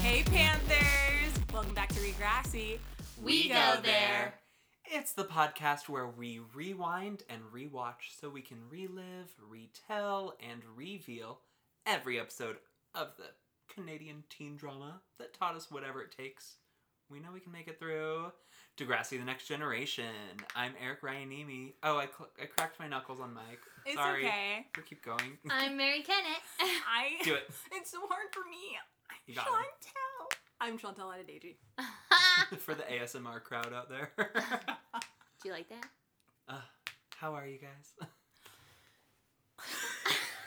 Hey Panthers! Welcome back to Regrassi. We go there. It's the podcast where we rewind and rewatch so we can relive, retell, and reveal every episode of the Canadian teen drama that taught us whatever it takes. We know we can make it through. Degrassi, the next generation. I'm Eric Ryanemi. Oh, I, cl- I cracked my knuckles on mic. It's Sorry. okay. We'll keep going. I'm Mary Kennett. I Do it. It's so hard for me. You got it. Chantel. I'm Chantel Adedeji. For the ASMR crowd out there. Do you like that? uh, how are you guys?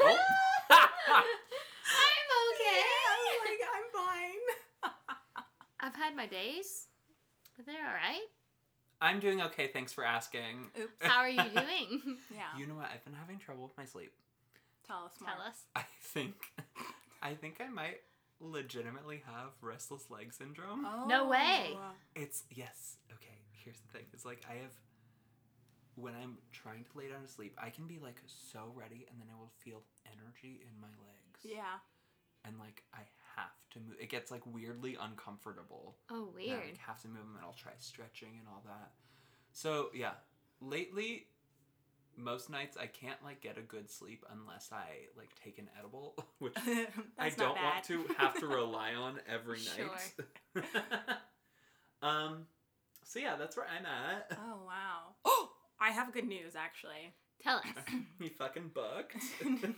Oh. I'm like I'm fine. I've had my days, but they're all right. I'm doing okay, thanks for asking. Oops. How are you doing? Yeah. You know what? I've been having trouble with my sleep. Tell us more. Tell us. I think I think I might legitimately have restless leg syndrome. No way. Oh. It's yes. Okay, here's the thing. It's like I have when I'm trying to lay down to sleep, I can be like so ready and then I will feel energy in my legs. Yeah. And like I have to move. It gets like weirdly uncomfortable. Oh, and I, weird. like, have to move them and I'll try stretching and all that. So yeah, lately, most nights I can't like get a good sleep unless I like take an edible, which I That's not don't bad. want to have to rely on every night. um, so yeah, that's where I'm at. oh wow. Oh, I have good news actually. Tell us. you fucking booked.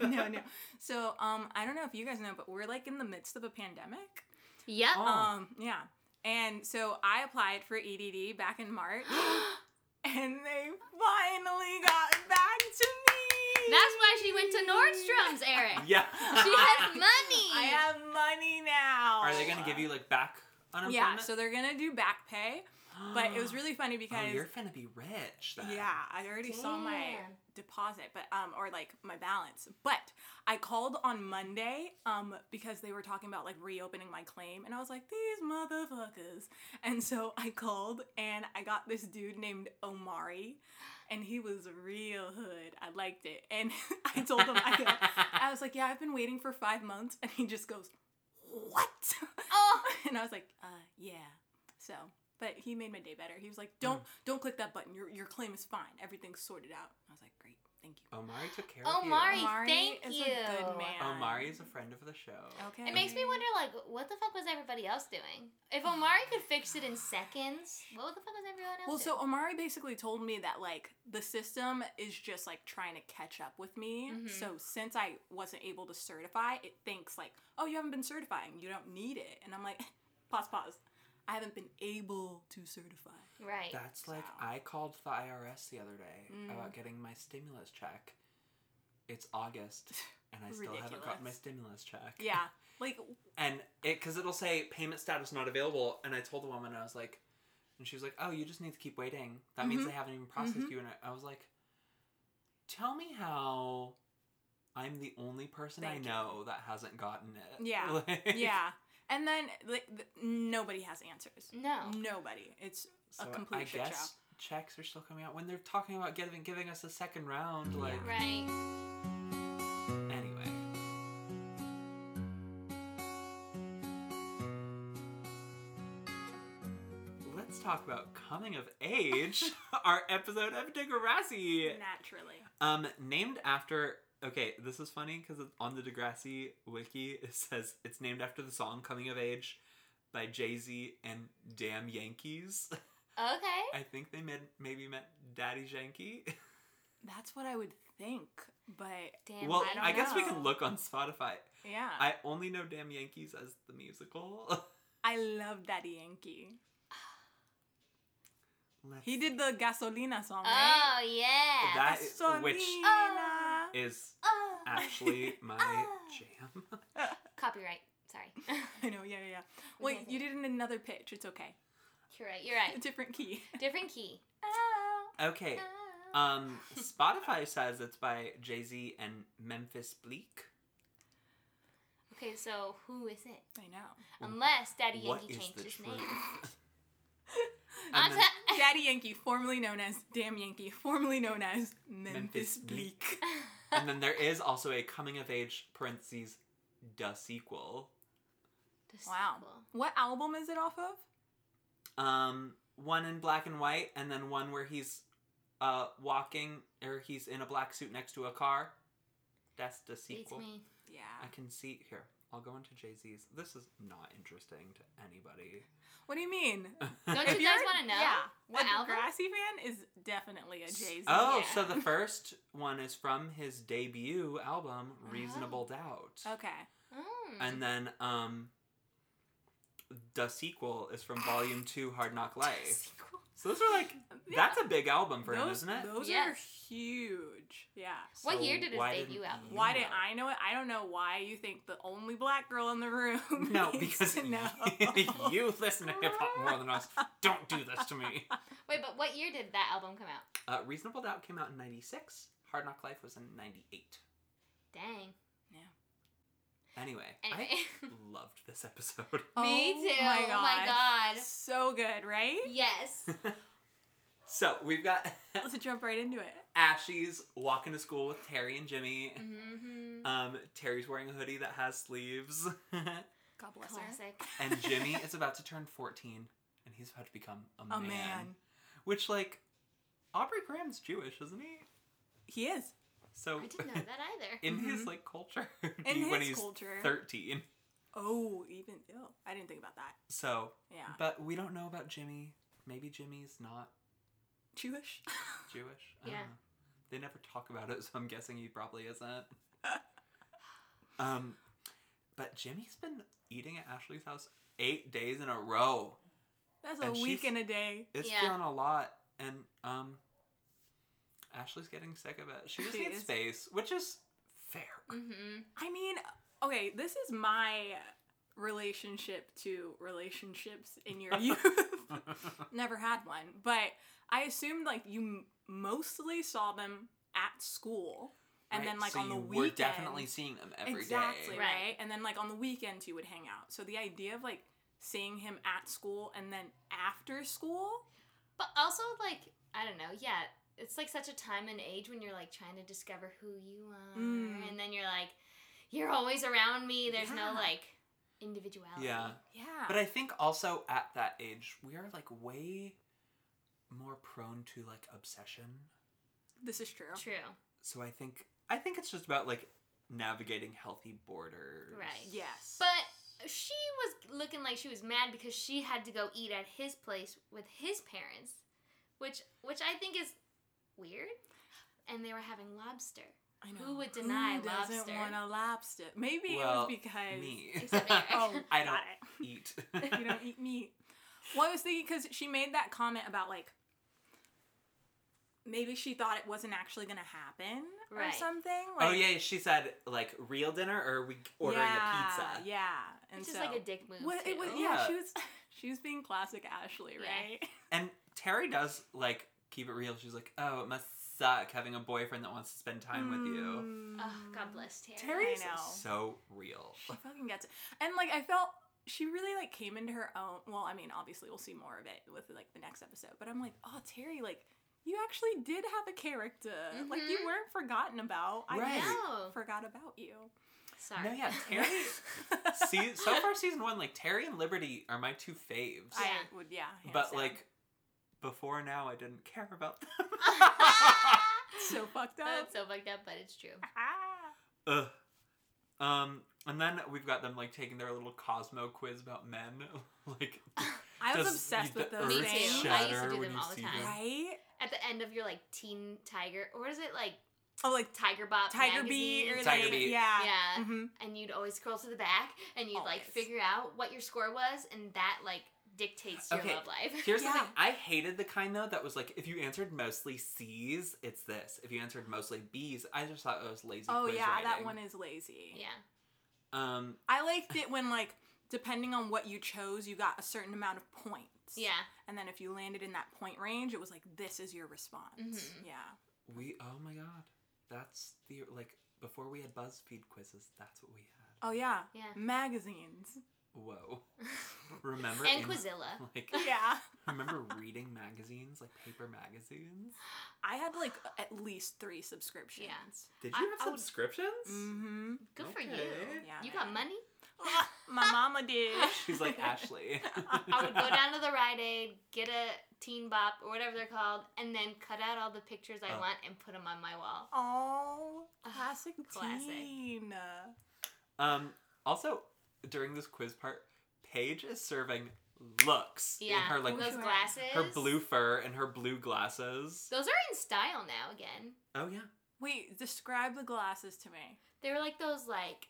no, no. So, um, I don't know if you guys know, but we're like in the midst of a pandemic. Yep. Oh. Um, yeah. And so I applied for EDD back in March, Oh. and they finally got back to me. That's why she went to Nordstrom's, Eric. yeah. She has money. I have money now. Are they gonna give you like back unemployment? Yeah. So they're gonna do back pay, but it was really funny Oh, because you're gonna be rich. Then. yeah, I already saw my Damn. deposit, but um, or like my balance. But I called on Monday, um, because they were talking about like reopening my claim, and I was like, these motherfuckers. And so I called, and I got this dude named Omari, and he was real hood. I liked it, and I told him, I, go- I was like, yeah, I've been waiting for five months, and he just goes, what? Oh. and I was like, uh, yeah. So, but he made my day better. He was like, don't, Mm. don't click that button. Your, your claim is fine. Everything's sorted out. I was like, great, thank you. Omari took care Oh, of you. Omari, thank is you. a good man. Omari is a friend of the show. Okay. It makes me wonder, like, what the fuck was everybody else doing? If Omari could fix it in seconds, what the fuck was everyone else Well, doing? so Omari basically told me that like the system is just like trying to catch up with me. Mhm. So since I wasn't able to certify, it thinks like, oh, you haven't been certifying, you don't need it. And I'm like, pause, pause. I haven't been able to certify. right. That's like So- I called the IRS the other day Mm. about getting my stimulus check. It's August and I still haven't gotten my Ridiculous. stimulus check. Yeah, like And it cuz it'll say payment status not available and I told the woman I was like and she was like, "Oh, you just need to keep waiting. That means they haven't even processed Mhm. you." And I, I was like, "Tell me how I'm the only person Thank I you. know that hasn't gotten it." Yeah. Like- yeah. And then like th- nobody has answers. No. Nobody. It's So complete I shit show. guess checks are still coming out when they're talking about giving giving us a second round. Like Right. anyway. Let's talk about coming of age. our episode of Degrassi, naturally. um, named after. Okay, this is funny because on the Degrassi wiki it says it's named after the song "Coming of Age" by Jay Z and Damn Yankees. Okay. I think they meant maybe meant Daddy Yankee. That's what I would think, but Damn. well, I, don't Uh, I, guess we know. can look on Spotify. yeah. I, I only know Damn Yankees as the musical. love Daddy Yankee. Let's- He did the Gasolina song, right? Oh yeah. That is- which Gasolina. is oh. actually my Ah. jam. Copyright. Sorry. I know, yeah, yeah, yeah. Wait, you did it in another pitch. It's okay. you're right. You're right. A different key. Different key. Oh. Okay, Um, Spotify says it's by Jay Z and Memphis Bleak. okay, so who is it? I know. Unless Daddy What Yankee is changed the his truth? name. And I'm then- ta- Daddy Yankee, formerly known as Damn Yankee, formerly known as Memphis, Memphis Bleak. and then there is also a coming of age parentheses the sequel. The Wow. sequel. What album is it off of? Um, one in black and white, and then one where he's uh walking or he's in a black suit next to a car. That's the Beats sequel. me. Yeah. I can see here. I'll go into Jay Z's. This is not interesting to anybody. What do you mean? Don't If you guys you're- want to know? Yeah. What a album? Grassy fan is definitely a Jay Z. Oh, yeah. so the first one is from his debut album, Oh. Reasonable Doubt. Okay. Mm. And then um the sequel is from volume 2 Hard Knock Life. Sequel. So those are like Yeah. that's a big album for him, those, isn't it? Those Yes. are huge. Yeah. What So year did his why debut didn't album you Why know? didn't I know it? I don't know why you think the only black girl in the room. No, needs because to know. you listen to hip hop more than us. Don't do this to me. Wait, but what year did that album come out? Uh, Reasonable Doubt came out in 96. Hard Knock Life was in 98. Dang. Anyway, Anyway. I loved this episode. Me Oh too. My Oh my god. So good, right? Yes. so we've got Let's jump right into it. Ashy's walking to school with Terry and Jimmy. hmm Um, Terry's wearing a hoodie that has sleeves. God bless her. Classic. and Jimmy is about to turn 14 and he's about to become a, A man. Oh, man. Which, like, Aubrey Graham's Jewish, isn't he? He is. So, I didn't know that either. in Mhm. his, like, culture, In his when he's culture. 13. Oh, even oh, I didn't think about that. So, Yeah. but we don't know about Jimmy. Maybe Jimmy's not Jewish. Jewish. I Yeah. Don't know. They never talk about it, so I'm guessing he probably isn't. um, but Jimmy's been eating at Ashley's house eight days in a row. That's a And week she's- and a day. It's Yeah. feeling a lot, and um, Ashley's getting sick of it. She just She needs is. space, which is fair. hmm I mean, okay, this is my relationship to relationships in your youth. Never had one, but I assumed like you m- mostly saw them at school, and then Right, like so on the you weekend. we're definitely seeing them every day. exactly day. right. Right. and then like on the weekends you would hang out. So the idea of like seeing him at school and then after school, But also, like, I don't know, yeah, it's like such a time and age when you're like trying to discover who you are. Mm. And then you're like, you're always around me. There's Yeah. no like individuality. Yeah, yeah, but I think also at that age we are like way more prone to like obsession. this is true. True. So I think I think it's just about like navigating healthy borders. Right. Yes, But she was looking like she was mad because she had to go eat at his place with his parents, which which I think is weird. And they were having lobster. I know. Who would deny Who doesn't lobster? want a lobster? Maybe Well, it was because Me. Except Eric. Oh, I got Eat. it. you don't eat meat. Well, I was thinking because she made that comment about like maybe she thought it wasn't actually gonna happen or Right. something. Like, oh yeah, she said like real dinner or are we ordering yeah, a pizza. Yeah, and Which so is like a dick move. Well, it was too. yeah, Yeah. She was she was being classic Ashley, Yeah. right? And Terry does like keep it real. She's like, "Oh, it must suck having a boyfriend that wants to spend time with Mm, you." Ugh, God bless Terry. Terry- Terry's I know. so real. She fucking gets it. And like I felt she really like came into her own. Well, I mean, obviously we'll see more of it with like the next episode, but I'm like, "Oh, Terry, like you actually did have a character. Like you Mhm. weren't forgotten about. I Right. just No. forgot about you." Sorry. No, yeah, Terry. See, so far season one, like Terry and Liberty are my two faves. I Yeah. would yeah. hands but down. like before now, I didn't care about them. so fucked up. That's so fucked up, but it's true. Ah. Ugh. Um, and then we've got them like taking their little Cosmo quiz about men. like, I was does obsessed the with those Me too. earth things. I used to shatter do when them you all the see time. Right? At the end of your like Teen Tiger, or is it like Oh, like Tiger Bop? Tiger magazine? Bee or Tiger like Bee. yeah. Yeah. hmm And you'd always scroll to the back, and you'd like Always. figure out what your score was, and that like dictates your Okay. love life. Here's the thing. Yeah. I hated the kind though that was like if you answered mostly C's, it's this. If you answered mostly B's, I just thought it was lazy. Oh quiz yeah, that writing. one is lazy. yeah. Um, I liked it when like depending on what you chose, you got a certain amount of points. Yeah. And then if you landed in that point range, it was like this is your response. Mhm. Yeah. We oh my god, that's the like before we had BuzzFeed quizzes. That's what we had. Oh yeah. Yeah. Magazines. Whoa. Remember and in- Quizilla. Like Yeah. remember reading magazines like paper magazines. I had like at least three subscriptions. Did I- you have I would- Mm, subscriptions? Mm-hmm. Good for you. Okay. Yeah, you man. got money? My mama did. She's like Ashley. I would go down to the Rite Aid, get a Teen Bop or whatever they're called, and then cut out all the pictures I Oh. want and put them on my wall. Oh, Ugh, classic classic. teen. Um, also, during this quiz part, Paige is serving looks Yeah, in her like those Sure. glasses. her blue fur and her blue glasses. Those are in style now again. Oh yeah, Wait, describe the glasses to me. They were like those like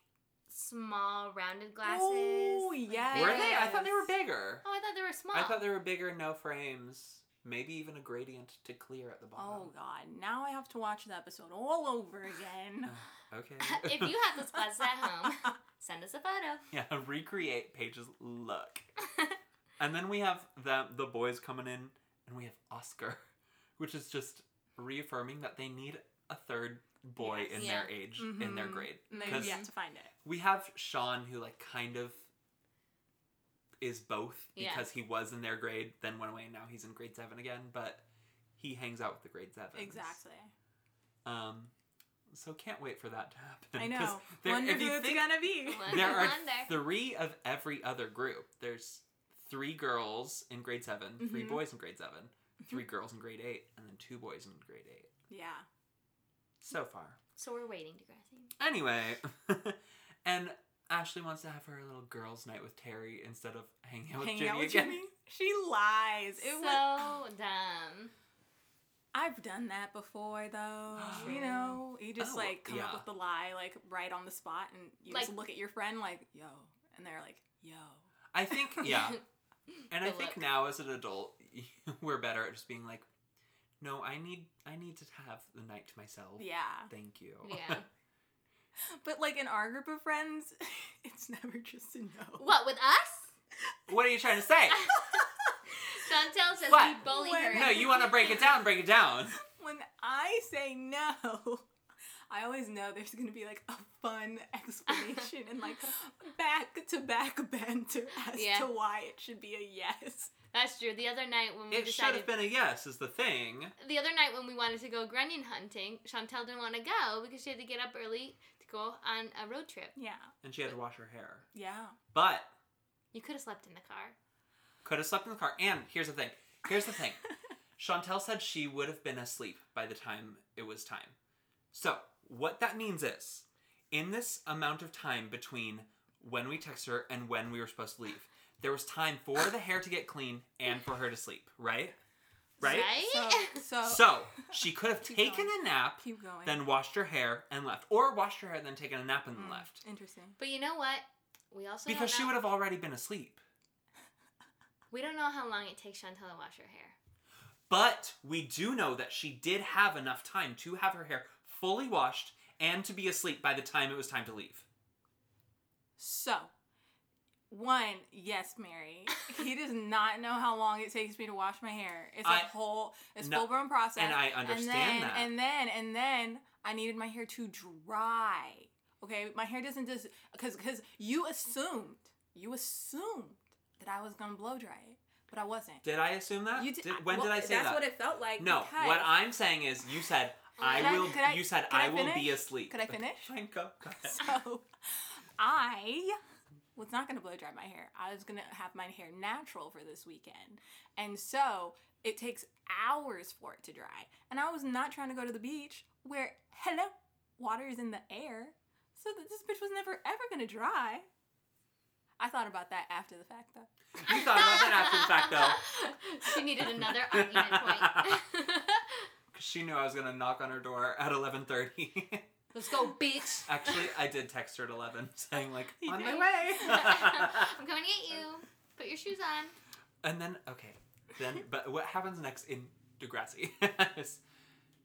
small rounded glasses. Ooh, like, yes. were they? I thought they were Yes. bigger. Oh, I thought they were small. I thought they were bigger, no frames, maybe even a gradient to clear at the Oh bottom. god, now I have to watch the episode all over again. okay. Oh. if you have those glasses at home, send us a photo. yeah, recreate Paige's look. and then we have the the boys coming in, and we have Oscar, which is just reaffirming that they need a third boy Yes. in Yeah. their age, in their Mhm. grade. And they've 'Cause yet to find it. we have Sean who like kind of is both Yeah. because he was in their grade, then went away, and now he's in grade seven again. But he hangs out with the grade seven. Exactly. Um, so can't wait for that to happen. I 'cause know. there- Wonder if who you it's think- gonna be. Wonder, there are wonder. three of every other group. There's three girls in grade 7 three Mhm. boys in grade seven, three girls in grade eight, and then two boys in grade eight. Yeah. So far. So we're waiting, Degrassi. Anyway, and Ashley wants to have her little girls' night with Terry instead of hanging out with Hanging Jimmy out with again. Jimmy. She lies. It so was, dumb. I've done that before though. True. you know, you just Oh, like come yeah. up with the lie like right on the spot and you just Like- look at your friend like, yo. And they're like, yo. I think, yeah. And I The think look. now as an adult, we're better at just being like, no, I need, I need to have the night to myself. Yeah. Thank you. Yeah. But like in our group of friends, it's never just a no. what with us? what are you trying to say? Chantel says What? we bully her. What? no, you want to break it down, break it down. When I say no, I always know there's gonna be like a fun explanation and like back to back banter as Yeah. to why it should be a yes. That's true. The other night when we It should decided have been a yes, is the thing. the other night when we wanted to go grunion hunting, Chantel didn't want to go because she had to get up early to go on a road trip. Yeah. And she had to wash her hair. Yeah. But You could have slept in the car. could have slept in the car. And here's the thing. Here's the thing. Chantel said she would have been asleep by the time it was time. So what that means is, in this amount of time between when we texted her and when we were supposed to leave, there was time for the hair to get clean and for her to sleep. Right. Right. So, so So she could have Keep going. taken a nap, keep going. then washed her hair and left, or washed her hair then taken a nap and Mm, left. Interesting. But you know what? We also Because she don't know, would have already been asleep. We don't know how long it takes Chantel to wash her hair. But we do know that she did have enough time to have her hair fully washed and to be asleep by the time it was time to leave. So, one, yes, Mary. he does not know how long it takes me to wash my hair. It's a I- whole, it's No, full blown process. and I understand then, that. And then, and then, I needed my hair to dry. Okay, my hair doesn't just because because you assumed you assumed that I was gonna blow dry it, but I wasn't. Did I assume that? You did- Did- when well, did I say that's that? what it felt like. no, because- what I'm saying is you said I Could I- will could I- you said could I I, will be finish? asleep. Could I finish? Fine, go. go ahead. So I was not going to blow dry my hair. I was going to have my hair natural for this weekend. And so it takes hours for it to dry. And I was not trying to go to the beach where, hello, water is in the air. So that this bitch was never ever going to dry. I thought about that after the fact though. You thought about that after the fact though. though. she needed another argument point. Cause she knew I was gonna knock on her door at eleven thirty. Let's go, bitch. Actually, I did text her at eleven saying like You on my did? way. I'm coming to get you. Put your shoes on. And then okay, then but what happens next in Degrassi? is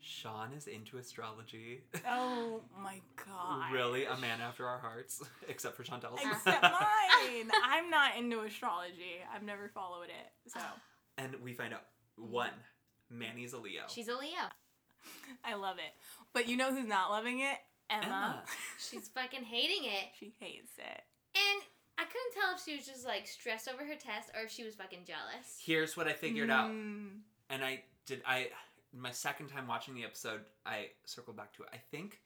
Sean is into astrology. Oh my god. really, a man after our hearts, except for Chantel's. Except mine. I'm not into astrology. I've never followed it. So and we find out one, Manny's a Leo. She's a Leo. I love it. But you know who's not loving it? Emma. Emma. She's fucking hating it. She hates it. And I couldn't tell if she was just like stressed over her test or if she was fucking jealous. Here's what I figured out. Mm, and I did I my second time watching the episode, I circled back to it. I think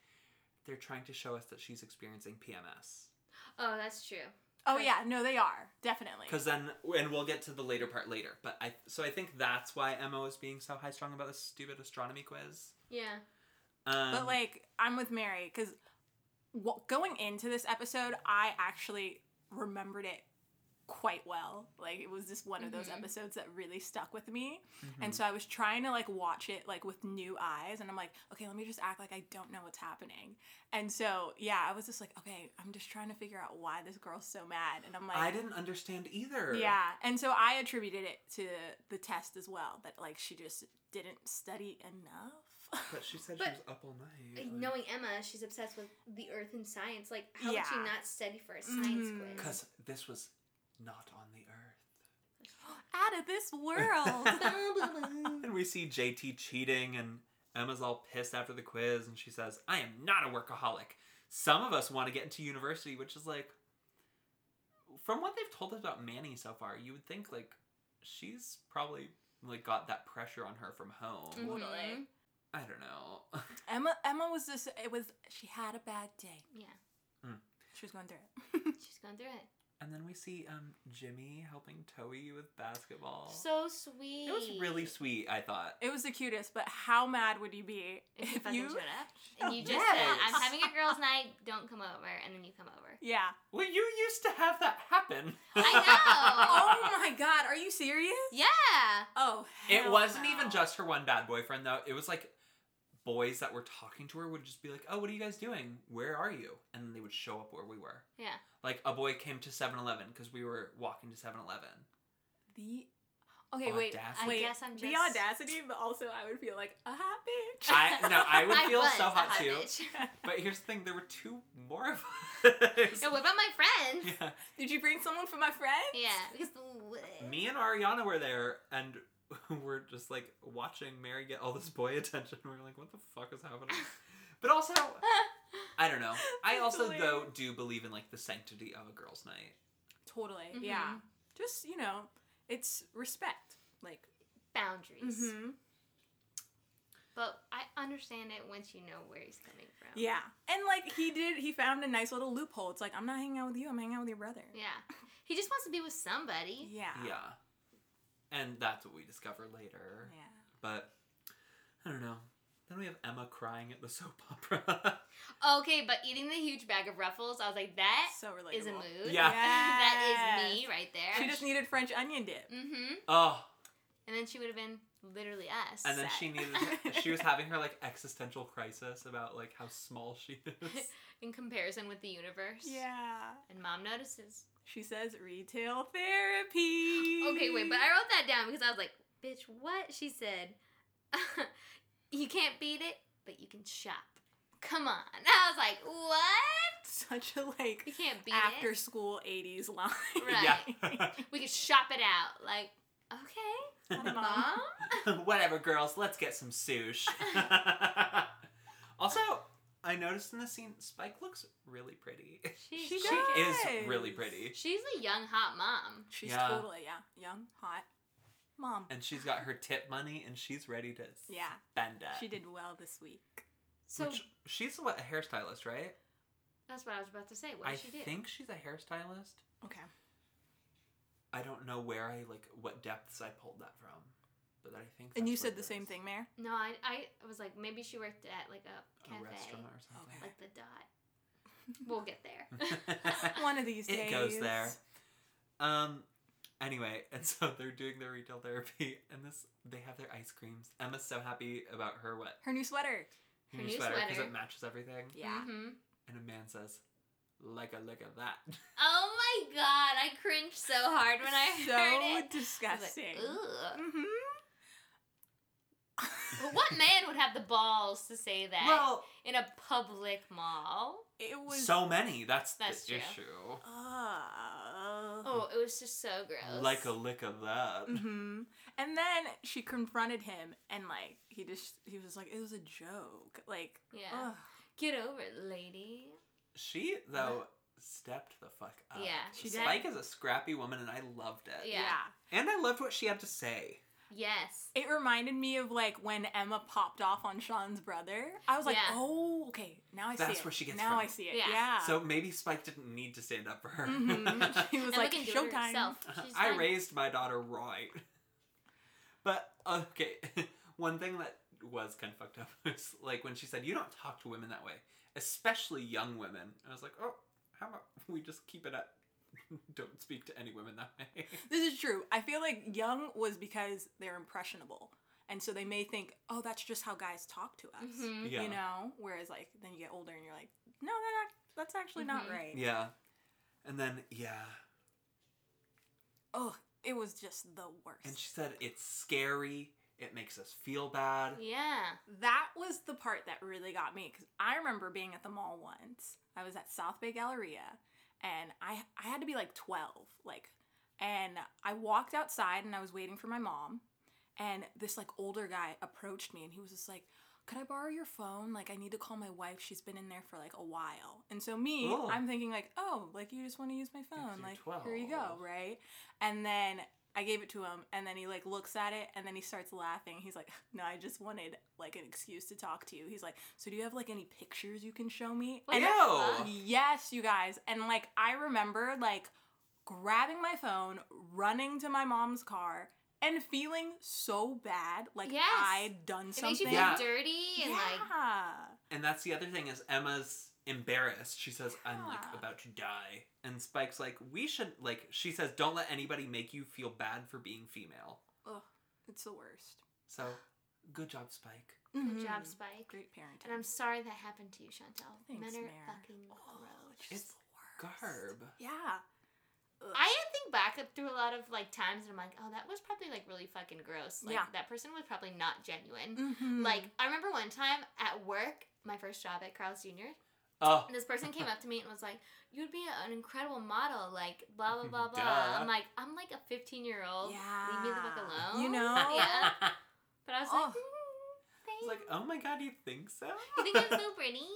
they're trying to show us that she's experiencing PMS. Oh, that's true. Oh Like- yeah, no, they are definitely. Cuz then and we'll get to the later part later, but I so I think that's why Emma was being so high strung about this stupid astronomy quiz. Yeah. Um, But like, I'm with Mary because going into this episode, I actually remembered it quite well. Like, it was just one of those Mm-hmm. Mhm. episodes that really stuck with me. mhm. And so I was trying to like watch it like with new eyes, and I'm like, okay, let me just act like I don't know what's happening. And so yeah, I was just like, okay, I'm just trying to figure out why this girl's so mad, and I'm like, I didn't understand either. Yeah, and so I attributed it to the test as well that like she just didn't study enough. But she said But- she was up all night. Uh, like- Knowing Emma, she's obsessed with the earth and science. Like, how would she Yeah. not study for a science Mhm. quiz? Mm-hmm. Cause this was not on the earth. Out of this world. Blah, blah, blah. And we see JT cheating, and Emma's all pissed after the quiz, and she says, I am not a workaholic. Some of us want to get into university, which is like, from what they've told us about Manny so far, you would think like she's probably like got that pressure on her from home. Mhm. Totally. I don't know. Emma Emma was just it was she had a bad day. Yeah, She was going through it. she's going through it. And then we see um Jimmy helping Toei with basketball. So sweet. it was really sweet, I thought. it was the cutest, but how mad would you be If you Oh, if fucking you showed up and you just Yes. said, "I'm having a girls' night. Don't come over," and then you come over. Yeah. Well, you used to have that happen. I Oh my god, are you serious? Yeah. Oh. It hell wasn't no. even just her one bad boyfriend though. It was like boys that were talking to her would just be like, "Oh, what are you guys doing? Where are you?" And then they would show up where we were. Yeah. Like a boy came to 7-Eleven because we were walking to 7-Eleven. the Okay, wait. Audacity. I wait. guess I'm just. The audacity, but also I would feel like a hot bitch. I no, I would I feel was so a hot, hot too. bitch. But here's the thing: there were two more of us. No, what about my friends? yeah. Did you bring someone for my friend? Yeah, because the- Me and Ariana were there, and we're just like watching Mary get all this boy attention. We're like, "What the fuck is happening?" But also, I don't know. I That's also though hilarious. do believe in like the sanctity of a girls' night. Totally. Yeah. Mm-hmm. Just, you know, it's respect. Like boundaries. Mm-hmm. But I understand it once you know where he's coming from. Yeah. And like he did he found a nice little loophole. It's like I'm not hanging out with you, I'm hanging out with your brother. Yeah. He just wants to be with somebody. Yeah. Yeah. And that's what we discover later. Yeah. But I don't know. Then we have Emma crying at the soap opera. Okay, but eating the huge bag of ruffles, I was like, that So relatable. is a mood. Yeah. that is me Yes. right there. She just needed French onion dip. Mm-hmm. oh, And then she would have been literally us. and then Sad. she needed. She was having her like existential crisis about like how small she is. in comparison with the universe. Yeah. And mom notices. She says retail therapy. Okay, wait, but I wrote that down because I was like, bitch, what? She said, you can't beat it, but you can shop. Come on. I was like, what? such a You like can't beat after it. school 80s line. Yeah. We can shop it out. Like, okay, Mom. Um, mom? Whatever, girls, let's get some sush. also, I noticed in the scene, Spike looks really pretty. She's, She she does. Is really Yes. pretty. She's a young, hot mom. She's Yeah. totally yeah, young, hot. Mom. And she's got her tip money and she's ready to Yeah. spend it. She did well this week. So Which- she's what a hairstylist, right? that's what I was about to say. What I did she do? think she's a hairstylist. Okay. I don't know where I like what depths I pulled that from, but I And think. that's you what said it the same is. thing, Mayor? no, I, I was like, maybe she worked at like a A cafe. restaurant or something. Like the dot. We'll get there. One of these days. it goes there. Um. Anyway, and so they're doing their retail therapy, and this they have their ice creams. Emma's so happy about her what Her new sweater. Her new because sweater. it matches everything. Mhm. And a man says, "Like a look at that." Oh my god, I cringed so hard when I Mm-hmm. so heard it. I was disgusting. like, Ugh. mm-hmm. But what man would have the balls to say that well, in a public mall? It was so many. That's, That's the true. issue. Ugh. Oh, Oh, it was just so gross. Mm-hmm. Like a lick of that. hmm And then she confronted him, and like he just he was like, it was a joke. Like, Yeah. ugh. Get over it, lady. She though stepped the fuck up. Yeah, she did. Spike is a scrappy woman, and I loved it. Yeah. And I loved what she had to say. Yes. It reminded me of like when Emma popped off on Sean's brother. I was like, Yeah. oh, okay, now I see it. That's where she gets Now from. I see it. Yeah. Yeah. Mm-hmm. So maybe Spike didn't need to stand up for her. Mhm. She was And like, we can do it showtime. herself. She's Uh-huh. I done. raised my daughter right. But okay, one thing that was kind of fucked up was like when she said, "You don't talk to women that way, especially young women." I was like, "Oh, how about we just keep it at don't speak to any women that way." This is true. I feel like young was because they're impressionable. And so they may think, oh, that's just how guys talk to us. Mhm. Yeah. You know? Whereas, like, then you get older and you're like, no, that, act- that's actually not Mhm. right. Yeah. And then yeah, Oh, it was just the worst. and she said it's scary. It makes us feel bad. Yeah. that was the part that really got me because I remember being at the mall once. I was at South Bay Galleria, and I I had to be like twelve, like, and I walked outside and I was waiting for my mom, and this like older guy approached me and he was just like. Could I borrow your phone? Like, I need to call my wife. She's been in there for like a while. And so, me, Oh. I'm thinking, like, oh, like, you just want to use my phone. you're Like, here you go, 12. right? And then I gave it to him, and then he like looks at it, and then he starts laughing. He's like, "No, I just wanted like an excuse to talk to you." He's like, "So do you have like any pictures you can show me?" What and the Ew. fuck? yes, you guys, and like I remember like grabbing my phone, running to my mom's car, and feeling so bad, like Yes. I'd done It something. makes you feel Yeah. dirty and like Yeah. And that's the other thing is Emma's embarrassed. She says, "I'm like Yeah. about to die," and Spike's like, "We should like." She says, "Don't let anybody make you feel bad for being female." Ugh, it's the worst. So, good job, Spike. good job, Mhm. Spike. Great parenting. And I'm sorry that happened to you, Chantel. Thanks, Men are Mare. fucking Oh, gross. just It's the worst. Garb. Yeah. Ugh. I think back up through a lot of like times and I'm like, oh, that was probably like really fucking gross. Like Yeah. that person was probably not Mm-hmm. genuine. Mhm. Like I remember one time at work, my first job at Carl's Jr. Oh, And this person came up to me and was like, "You'd be an incredible model." Like blah blah blah blah. Duh. I'm like, I'm like a 15 year old. Leave me the fuck Yeah. alone. You know? Yeah. But I was Oh. like, mm, It's like, thanks. oh my god, you think so? you think I'm so pretty?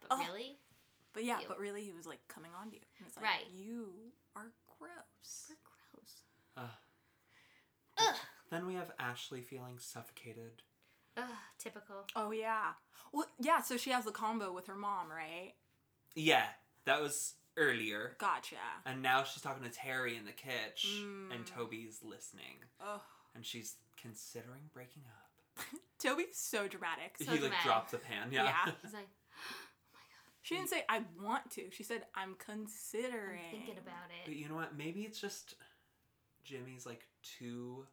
But Oh. really, But yeah, you. but really, he was like coming on to you. And it's like, Right. You are gross. we're gross. Ugh. Ugh. Then we have Ashley feeling suffocated. Ugh. Typical. Oh yeah. Well, yeah. So she has the combo with her mom, right? Yeah, that was earlier. Gotcha. And now she's talking to Terry in the kitch, Mm. and Toby's listening, Oh, and she's considering breaking up. Toby's so dramatic. So he like dramatic. dropped the pan. Yeah. He's like, She didn't say I want to. She said I'm I'm considering. thinking about But it. you know what? Maybe it's just Jimmy's like too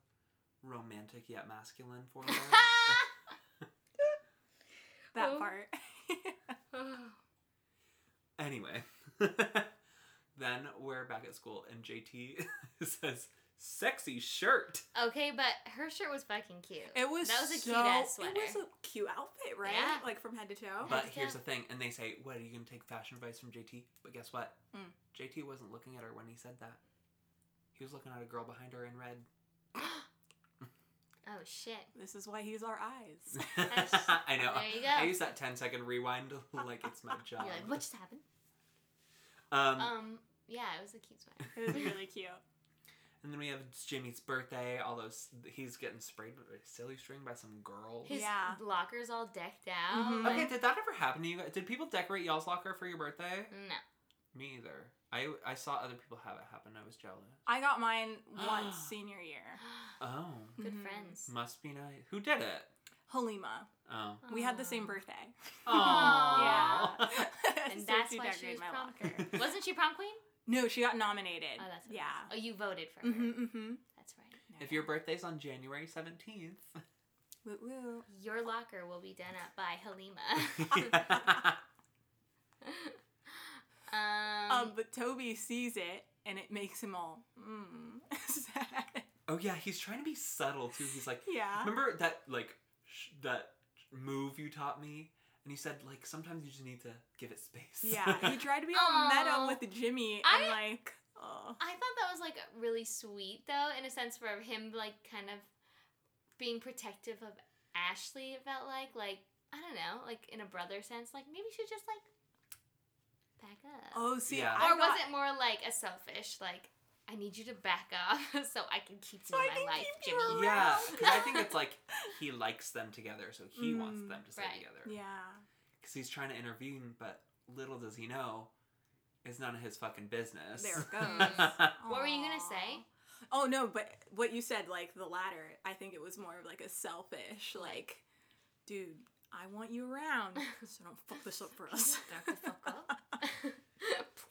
romantic yet masculine for her. that Oh. part. Ugh. anyway, then we're back at school and JT says, "Sexy shirt." okay, but her shirt was fucking cute. it was That was a so- cute-ass sweater. It was a cute outfit, right? Yeah. Like from head to toe. Head But to here's toe. the thing, and they say, "What are you gonna take fashion advice from JT?" But guess what? Hmm. Mm. JT wasn't looking at her when he said that. He was looking at a girl behind her in red. oh shit. this is why he's our eyes. I know. There you go. I use that 10 second rewind like it's my You're job. like, what just happened? Um, Um. Yeah, it was a cute sweater. it was really cute. And then we have Jimmy's birthday. All those he's getting sprayed with a silly string by some girl. His Yeah. locker's all decked out. Mhm. Okay, did that ever happen to you? guys? Did people decorate y'all's locker for your birthday? No. Me either. I I saw other people have it happen. I was jealous. I got mine once senior year. Oh, Good Mhm. friends. must be nice. Who did it? Halima. Oh. We had the Aw. same birthday. Aw. Yeah. And So that's she why she decorated was my prom locker. queen. Wasn't she prom queen? No, she got nominated. Oh, that's what it yeah. was. Oh, you voted for her. Mm-hmm, mm-hmm. That's right. If your birthday's on January seventeenth, woo woo. Your locker will be done up by Halima. um, Um, but Toby sees it and it makes him all mm, sad. oh yeah, he's trying to be subtle too. He's like, Yeah. Remember that like sh- that move you taught me, and you said like sometimes you just need to give it space. Yeah. He tried to be all Aw. meta with Jimmy and I- like, Oh. I thought that was like really sweet though, in a sense for him like kind of being protective of Ashley. It felt like like I don't know, like in a brother sense, like maybe she just like back up. Oh, see, Yeah. I or was got- it more like a selfish like I need you to back up so I can keep So you I in my can life, keep you Jimmy. around. Yeah, because I think it's like he likes them together, so he wants Mm, them to stay right. together. Yeah. Because he's trying to intervene, but little does he know, it's none of his fucking business. There it goes. What were you gonna Aw. say? Oh no, but what you said, like the latter, I think it was more of like a selfish, like, dude, I want you around, so don't fuck this up for us. Dark the fuck up.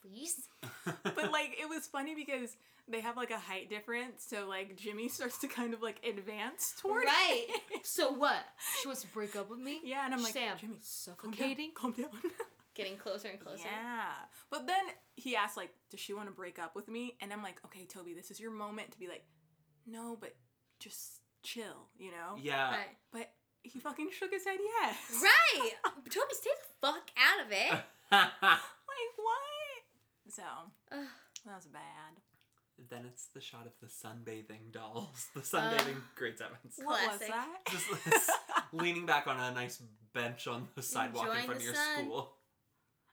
Please. but like it was funny because they have like a height difference, so like Jimmy starts to kind of like advance toward it. Right. So what? She wants to break up with me? Yeah, and I'm like, Sam, Jimmy, calm down, suffocating. calm down. Getting closer and closer. Yeah. But then he asked, like, does she want to break up with me? And I'm like, okay, Toby, this is your moment to be like, no, but just chill, you know? yeah. Right. But he fucking shook his head yes. Right. Toby, stay the fuck out of it. Like, what? So, Ugh. that was bad. then it's the shot of the sunbathing dolls, the sunbathing great sevens. What was Classic. that? Just leaning back on a nice bench on the sidewalk in Enjoying front of the your sun. school.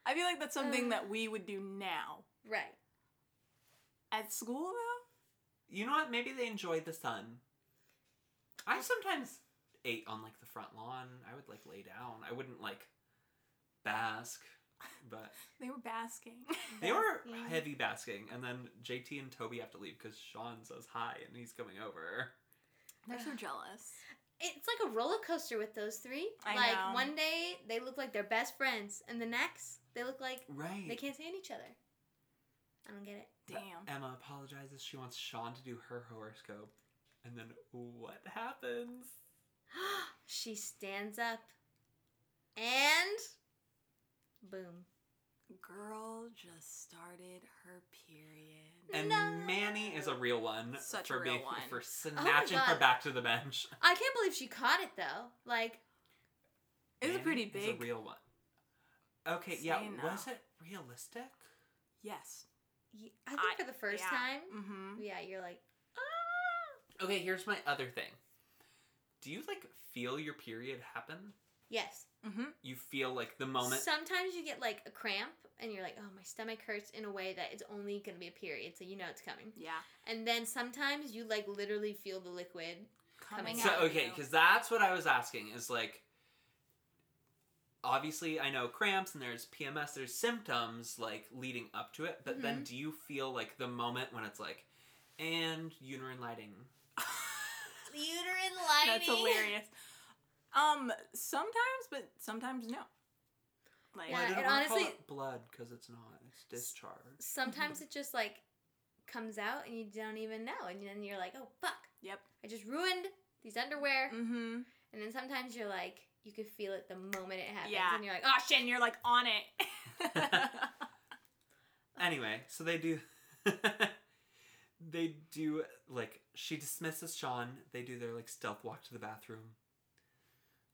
I feel like that's something Ugh. that we would do now. right. At school, though? You know what? Maybe they enjoy the sun. I sometimes ate on like the front lawn. I would like lay down. I wouldn't like bask, but They were basking. they were Basking. heavy basking. And then JT and Toby have to leave because Sean says hi and he's coming over. They're so jealous. It's like a roller coaster with those three. I like know. one day they look like they're best friends, and the next they look like Right. they can't stand each other. I don't get it. Damn. Emma apologizes. She wants Sean to do her horoscope. And then what happens? she stands up, and boom. Girl just started her period. And No. Manny is a real one Such a for real being- one. for snatching her Oh God. back to the bench. I can't believe she caught it though. Like It was a Manny pretty is big. a real one. Okay, yeah. Saying Was no. it realistic? yes. y- I think I- for the first yeah. time, Mm-hmm. yeah, you're like, ah, Okay, here's my other thing. Do you like feel your period happen? yes. Mm-hmm. You feel like the moment. Sometimes you get like a cramp, and you're like, oh, my stomach hurts in a way that it's only gonna be a period, so you know it's coming. Yeah. And then sometimes you like literally feel the liquid. Coming so out, okay, because that's what I was asking is like. Obviously, I know cramps and there's PMS. There's symptoms like leading up to it, but Mm-hmm. then do you feel like the moment when it's like, and uterine lighting? Uterine that's lining. hilarious. Um, sometimes, but sometimes no. Like Yeah, Well, I didn't and want to call honestly- it blood because it's not. It's discharge. Sometimes it just like comes out, and you don't even know, and then you're like, oh fuck, yep. I just ruined these underwear. Mm-hmm. And then sometimes you're like, you can feel it the moment it happens, Yeah. and you're like, oh shit. And you're like on it. Oh Anyway, so they do. they do like she dismisses Sean. They do their like stealth walk to the bathroom.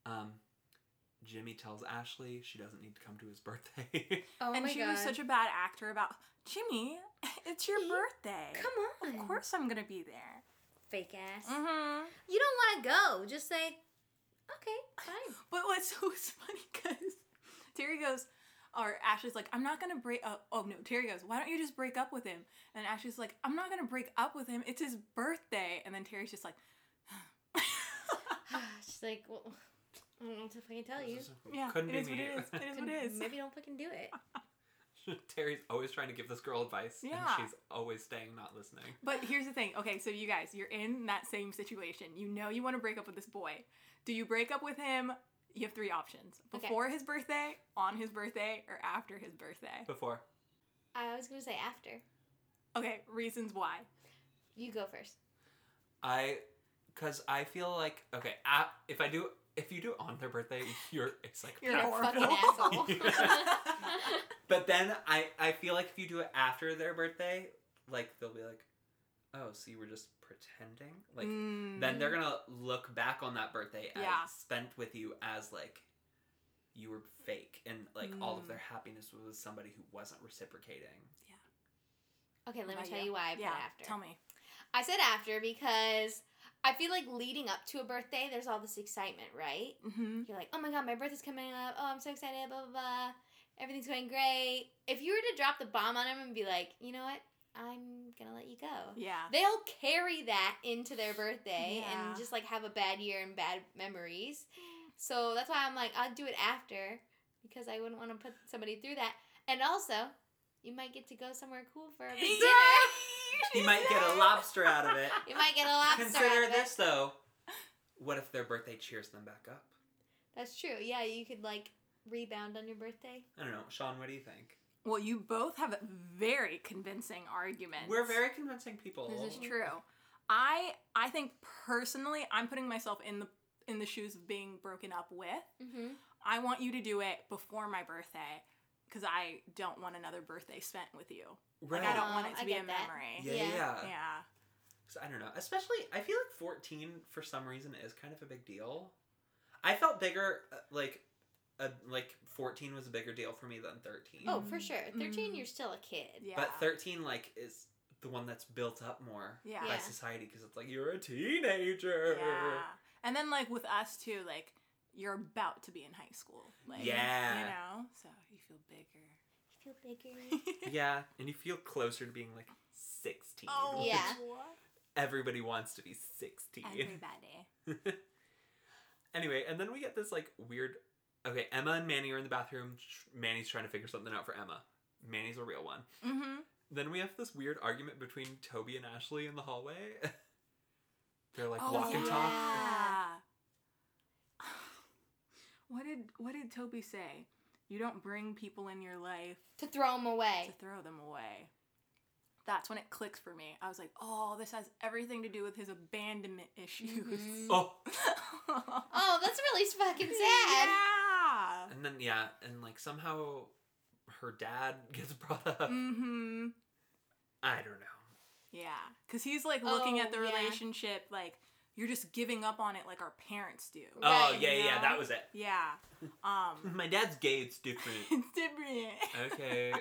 Um, Jimmy tells Ashley she doesn't need to come to his birthday. Oh and my she god. was such a bad actor about Jimmy. It's your He- birthday. Come on. Of course, I'm gonna be there. Fake ass. Mm-hmm. You don't want to go. Just say, okay, fine. But what's so it's funny because Terry goes, or Ashley's like, I'm not gonna break up. Oh no, Terry goes, why don't you just break up with him? And Ashley's like, I'm not gonna break up with him. It's his birthday. And then Terry's just like, She's like, well, I don't know what to fucking tell you. yeah, Couldn't it be is me. what it is. It is what it is. Maybe don't fucking do it. Terry's always trying to give this girl advice, Yeah. and she's always staying not listening. But here's the thing. Okay, so you guys, you're in that same situation. You know you want to break up with this boy. Do you break up with him? You have three options Okay. before his birthday, on his birthday, or after his birthday. Before I was gonna say after. Okay, reasons why. You go first. I, because I feel like okay, a if I do, if you do it on their birthday, you're it's like You're You're a fucking asshole. But then I, I feel like if you do it after their birthday, like they'll be like, oh, so you were just pretending? Like Mm, then they're gonna look back on that birthday as Yeah. spent with you as like you were Mm. fake and like all of their happiness was with somebody who wasn't reciprocating. Okay, let me about tell you why I put yeah, after. tell me. I said after because I feel like leading up to a birthday, there's all this excitement, right? hmm You're like, oh my god, my birthday's coming up. Oh, I'm so excited. Blah blah blah. Everything's going great. If you were to drop the bomb on them and be like, you know what, I'm gonna let you go. Yeah. They'll carry that into their birthday Yeah. and just like have a bad year and bad memories. So that's why I'm like, I'll do it after because I wouldn't want to put somebody through that. And also, you might get to go somewhere cool for a big dinner. You might get a lobster out of it. You might get a lobster. out Consider of it. this though. What if their birthday cheers them back up? That's true. Yeah, you could like rebound on your birthday. I don't know, Sean. What do you think? Well, you both have very convincing arguments. We're very convincing people. This is true. I I think personally, I'm putting myself in the in the shoes of being broken up with. Mm-hmm. I want you to do it before my birthday because I don't want another birthday spent with you. Right. Like Ah, I don't want Oh, it to I be a get that. memory. yeah, yeah. Yeah. Yeah. yeah. 'Cause I don't know. Especially, I feel like 14 for some reason is kind of a big deal. I felt bigger, uh, like, uh, like 14 was a bigger deal for me than 13. Oh, Mm. for sure. 13, Mm. you're still a kid. Yeah. But 13, like, is the one that's built up more Yeah. by Yeah. society because it's like, you're a teenager. Yeah. And then like with us too, like you're about to be in high school. Like you Yeah. know? So you feel bigger. You feel bigger. Yeah, And you feel closer to being like 16. oh which Yeah. what? Everybody wants to be 16. Everybody. Anyway, and then we get this like weird. Okay, Emma and Manny are in the bathroom. Manny's trying to figure something out for Emma. Manny's a real one. Mm-hmm. Then we have this weird argument between Toby and Ashley in the hallway. They're like Oh, walk and talk. yeah. What did what did Toby say? You don't bring people in your life to throw them away. to throw them away. That's when it clicked for me. I was like, oh, this has everything to do with his abandonment issues. Mhm. Oh, Oh, that's really fucking sad. yeah. and then yeah, and like somehow her dad gets brought up. Mm-hmm. I don't know. Yeah. Cause he's like looking Oh, at the yeah. relationship like you're just giving up on it like our parents do. Oh. oh Right, yeah, you yeah, know? that was it. Yeah. Um My dad's gay. It's different. it's different. okay.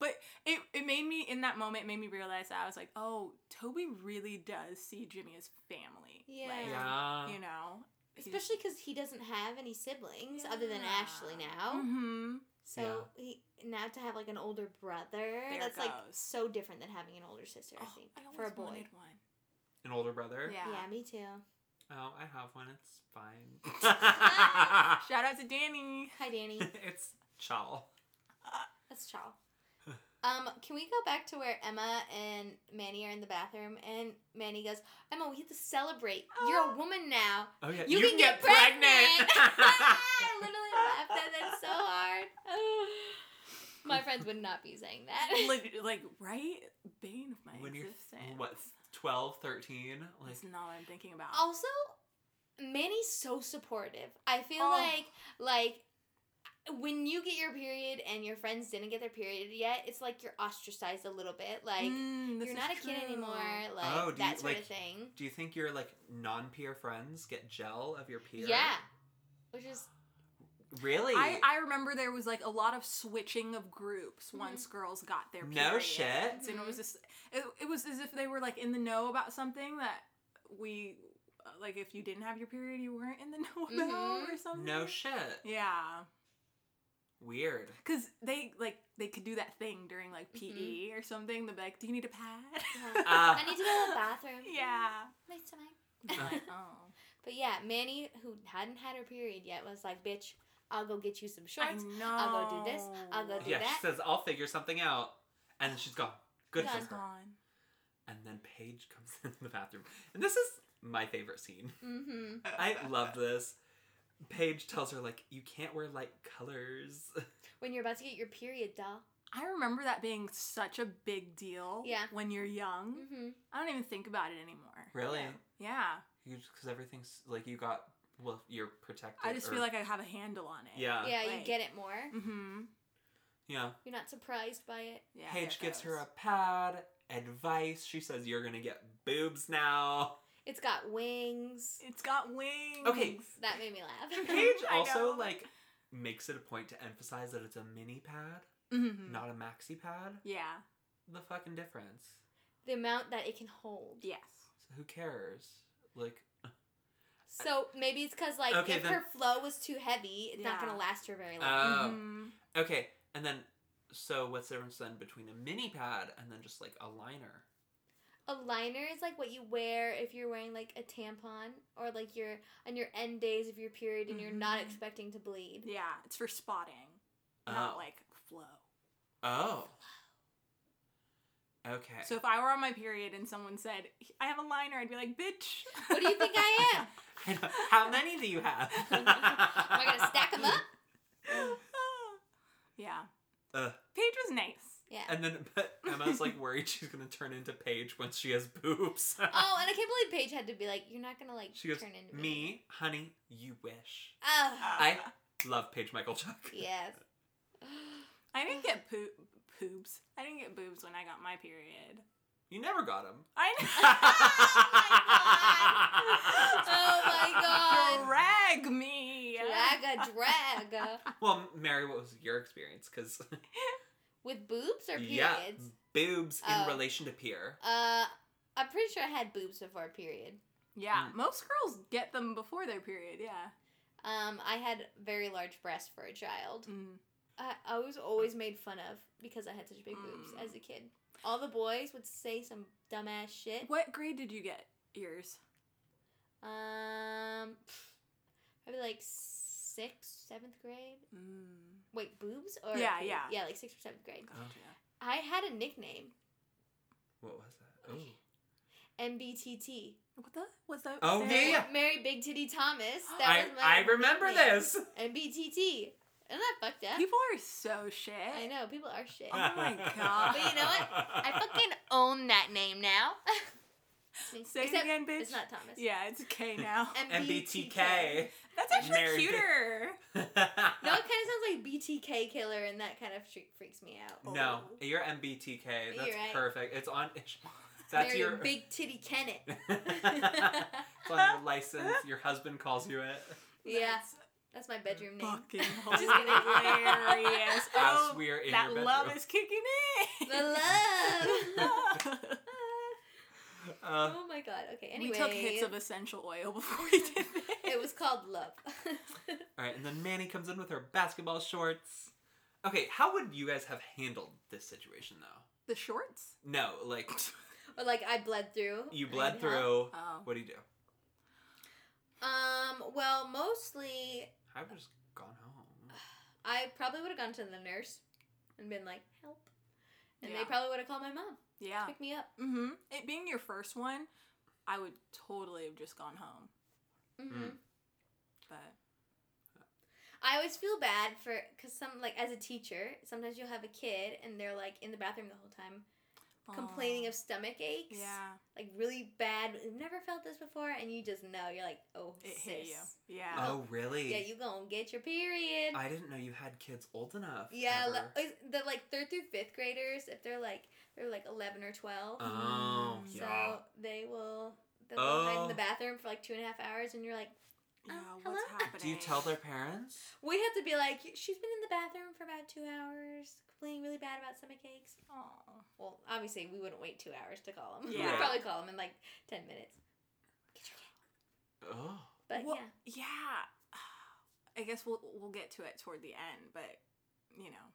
But it, it made me in that moment made me realize that I was like, oh, Toby really does see Jimmy as family. Like, Yeah. You know, Especially because he doesn't have any siblings other than Yeah. Ashley now. Mm-hmm. So Yeah. he, now to have like an older brother, There that's like goes. so different than having an older sister, I Oh, think, I always for a boy. wanted one. An older brother. Yeah. Yeah, me too. Oh, I have one. It's fine. Shout out to Danny. Hi, Danny. it's Chal. That's Chow. Um, can we go back to where Emma and Manny are in the bathroom and Manny goes, Emma, we have to celebrate. You're a woman now. Oh yeah, You, can, get, pregnant. I literally laughed at that so hard. My friends would not be saying that. like, like, right? Bane of my when you're existence. what 12, 13? like That's not what I'm thinking about. also, Manny's so supportive. I feel Oh. like like when you get your period and your friends didn't get their period yet, it's like you're ostracized a little bit. Like Mm, this you're is not a kid true. anymore. Like Oh, do you- that sort like- of thing. do you think your like non-peer friends get gel of your peer? Yeah, which is Really? I, I remember there was like a lot of switching of groups once Mm-hmm. girls got their No periods, shit. and it was just it, it was as if they were like in the know about something that we uh, like if you didn't have your period you weren't in the know about Mhm. or something. Mm-hmm. no shit. yeah, Weird. because they like they could do that thing during like PE Mm-hmm. or something. They'd be like, "Do you need a pad?" Ah. I need to go to the bathroom. yeah. My stomach. Like, Uh. oh, But yeah, Manny, who hadn't had her period yet, was like, "Bitch, I'll go get you some I shorts. know. I'll go do this, I'll go do Yeah, that- she says I'll figure something out, and then she's gone. Good Gone. She's for her. gone. And then Paige comes in the bathroom, and this is my favorite scene. Mm-hmm. I love this. Paige tells her like you can't wear light colors. When you're about to get your period, doll. I remember that being such a big deal. Yeah. When you're young, Mm-hmm. I don't even think about it anymore. Really? Yeah. You because everything's like you got well, you're protected. I just or- feel like I have a handle on it. yeah, yeah, you like- get it more. Mm-hmm. yeah. You're not surprised by it. Yeah. Paige there it gives her goes. a pad, advice. She says, You're gonna get boobs now. It's got wings. It's got wings. Okay. That made me laugh. Paige I also, know. like, makes it a point to emphasize that it's a mini pad, Mhm. not a maxi pad. Yeah. the fucking difference? the amount that it can hold. Yes. So who cares? Like, So maybe it's because like Okay, if then- her flow was too heavy, it's not Yeah. gonna last her very long. oh, Mhm. okay. And then, so what's the difference then between a mini pad and then just like a liner? a liner is like what you wear if you're wearing like a tampon or like your on your end days of your period and you're not Mhm. expecting to bleed. Yeah, it's for spotting, Oh. not like flow. Oh. Okay. So if I were on my period and someone said, I have a liner, I'd be like, bitch. What do you think I am? I know. How many do you have? Am I gonna stack 'em up? yeah. Ugh. Paige was nice. Yeah. And then but Emma's like worried she's gonna turn into Paige once she has boobs. Oh, and I can't believe Paige had to be like, "You're not gonna like she goes, turn into me, honey, you wish. Oh, I love Paige Michael Chuck. yes. I didn't get poop boobs. I didn't get boobs when I got my period. You never got him. I Oh drag me. Drag a drag uh, Well, Mary, what was your experience? Because with boobs or periods. yeah, boobs Oh. in relation to peer. Uh, I'm pretty sure I had boobs before period. Yeah, Mm. most girls get them before their period. Yeah. Um, I had very large breasts for a child. Mm. I, I was always made fun of because I had such big boobs Mm. as a kid. All the boys would say some dumbass shit. What grade did you get yours? Um, probably like sixth, seventh grade. Mm. Wait, boobs or Yeah, period? yeah. yeah, like sixth or seventh grade. Gotcha. I had a nickname, What was that? Oh, MBTT. What the? What's that? Oh, Sarah? Mary, yeah, Mary Big Titty Thomas. That I, was my I remember nickname. this. MBTT. Isn't that fucked up? People are so shit. I know people are shit. Ah. Oh my God. But you know what? I fucking own that name now. It's me. Say Except it again, bitch. It's not Thomas. Yeah, it's K now. MBTK. That's actually Mary Beth. cuter. No, it kind of sounds like BTK killer, and that kind of freak, freaks me out. No, Oh. you're MBTK. That's You're right. perfect. It's on. That's Mary your. big titty Kenneth. it's on your license. Your husband calls you it. yeah, That's that's my bedroom name. Fucking Just kidding. hilarious. As Oh, we're in that your love bedroom. is kicking in. The love. Uh, oh my god. Okay. Anyway, We took hits of essential oil before we did this. it was called love. all right, and then Manny comes in with her basketball shorts. Okay, how would you guys have handled this situation though? the shorts. No, like or like I bled through. you I bled need help. through. Oh. What do you do? Um. Well, mostly I would have just gone home. I probably would have gone to the nurse and been like, help. And Yeah. they probably would have called my mom Yeah. to pick me up. Mm-hmm. It being your first one, I would totally have just gone home. hmm Mm. But I always feel bad for, because some, like, as a teacher, sometimes you'll have a kid and they're, like, in the bathroom the whole time complaining aw. of stomach aches. Yeah. Like, really bad. Never felt this before. And you just know. You're like, oh, It sis. hit you. Yeah. Oh really? Yeah, you gonna get your period. I didn't know you had kids old enough. yeah, ever. li- is- the, like, third through fifth graders, if they're, like, they're, like, 11 or 12. Oh, Mm. yeah. So they will they'll go hide in the Oh. bathroom for like two and a half hours, and you're like, yeah. Um, What's hello? happening? Do you tell their parents? we have to be like, she's been in the bathroom for about two hours, complaining really bad about stomach aches. Aw. Well, obviously we wouldn't wait two hours to call them. Yeah. We'd probably call them in like ten minutes. Get your kid. Oh. But Well, yeah, yeah. I guess we'll we'll get to it toward the end, but you know,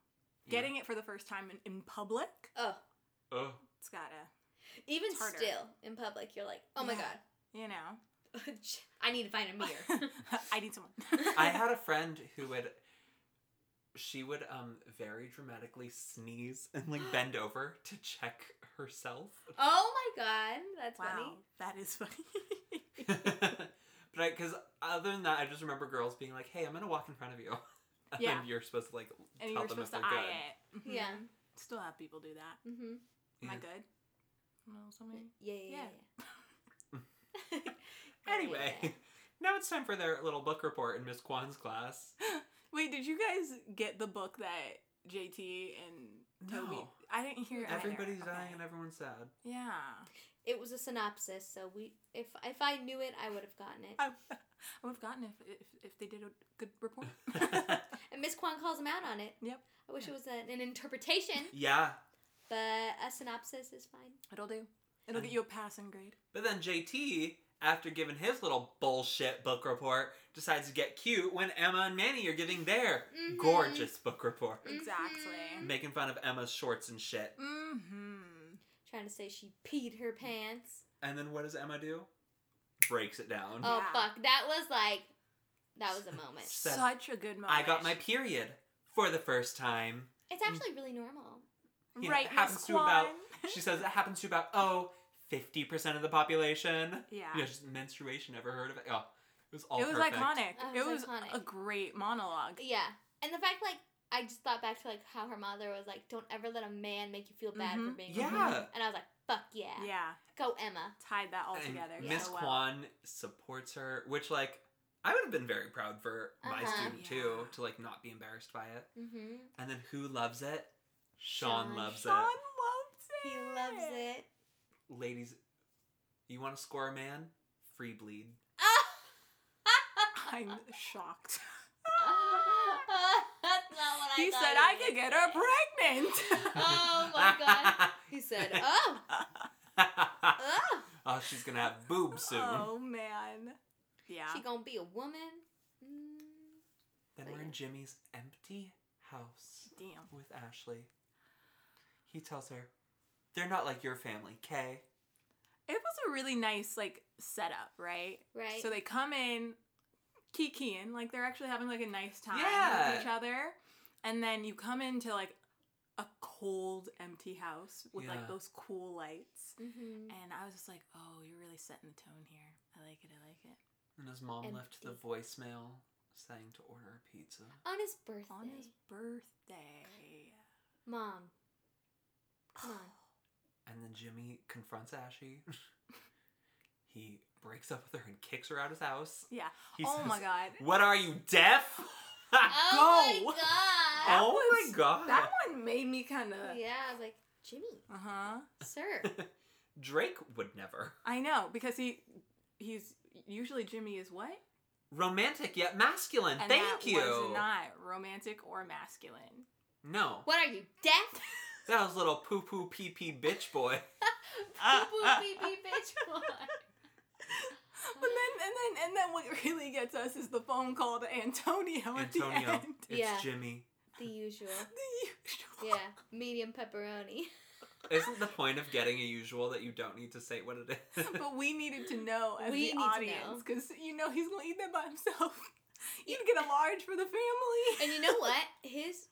getting it for the first time in, in public, oh, Oh. it's gotta, even harder. still in public, you're like, oh my Yeah. you know. god, I need to find a mirror. I need someone. I had a friend who would she would um very dramatically sneeze and like bend over to check herself. oh my god, that's wow, funny. that is funny. but I cuz other than that I just remember girls being like, "Hey, I'm going to walk in front of you." and Yeah. then you're supposed to like and you're Tell them supposed if to they're eye it. Mhm. Yeah. Still have people do that. Mm-hmm. Am I Yeah. good? No, somebody. Yeah, yeah, yeah. yeah. Yeah, anyway. yeah. Now it's time for their little book report in Miss Kwan's class. Wait, did you guys get the book that JT and Toby? No. I didn't hear. it either. Everybody's Okay. dying and everyone's sad. Yeah. It was a synopsis, so we if if I knew it, I would have gotten it. I, I would have gotten it if, if if they did a good report. yeah. And Miss Kwan calls him out on it. Yep. I wish it was an, an interpretation. Yeah. but a synopsis is fine. It'll do. It'll Um, get you a passing grade. But then JT, after giving his little bullshit book report, decides to get cute when Emma and Manny are giving their Mhm. gorgeous Mm-hmm. book report, Mm-hmm. Exactly. Mhm. making fun of Emma's shorts and shit. Mm-hmm. Trying to say she peed her pants. And then what does Emma do? Breaks it down. Oh Yeah. fuck, that was like, that was a moment. Said, Such a good moment. I got my period for the first time. It's actually really normal. Yeah, right. it happens Miss to about- Kwan? She says it happens to about, oh, 50% of the population. yeah. Yeah, just menstruation. Never heard of it. Oh, it was all It was perfect. iconic. That It was was iconic. a great monologue. Yeah, and the fact like I just thought back to like how her mother was like, "Don't ever let a man make you feel bad for Mhm. being." a woman." Yeah. and I was like, "Fuck yeah, Yeah. go Emma." Tied that all And together. Miss so well. Kwan supports her, which like I would have been very proud for my Uh-huh. student too Yeah. to like not be embarrassed by it. Mm-hmm. And then who loves it? Sean, Sean. loves Sean it. loves it. He loves it. Ladies, you want to score a man? Free bleed. I'm shocked. That's not what I he thought said he I could get her would say. pregnant. Oh my God. He said, "Oh, god. oh, oh, she's gonna have boobs soon. Oh man. Yeah. she gonna be a woman." Mm. Then but we're in yeah. Jimmy's empty house Damn. with Ashley. He tells her, "They're not like your family, Kay." It was a really nice like setup, right? Right. So they come in kikiing, like they're actually having like a nice time Yeah. with each other. And then you come into like a cold empty house with Yeah. like those cool lights. Mhm. And I was just like, "Oh, you're really setting the tone here. I like it. I like it." And his mom And left the eat. voicemail saying to order a pizza. on his birthday, On his birthday. mom. Come on. And then Jimmy confronts Ashy. he breaks up with her and kicks her out of his house. Yeah. He oh my says, god. What are you, deaf? Oh Go. my god. oh my was- god. That one made me kind of. Yeah, I was like, Jimmy, Uh huh. sir. Drake would never. I know because he he's usually Jimmy is what? Romantic yet masculine. And Thank that you. Was not romantic or masculine. no. What are you, deaf? That was little poo poo pee pee bitch boy. Boop, beep, beep, bitch. boy. But then and then and then what really gets us is the phone call to Antonio at the Antonio. end. It's Yeah. Jimmy. the usual. The Yeah, usual. medium pepperoni. Isn't the point of getting a usual that you don't need to say what it is? But we needed to know as We need the to know. audience because you know he's gonna eat that by himself. You'd get a large for the family. And you know what? His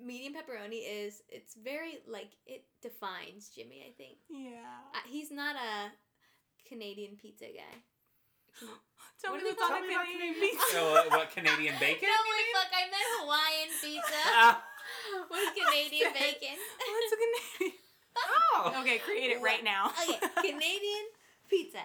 medium pepperoni is, it's very, like, it defines Jimmy, I think. Yeah. Uh, he's not a Canadian pizza guy. Tell What me do the they call thought it? of Tell me about Canadian Canadian- pizza. So, uh, what, Canadian bacon, No, you wait, fuck, I meant Hawaiian pizza Ah. with Canadian said- bacon. What's a Canadian? Oh. Okay, create it right now. okay, Canadian pizza,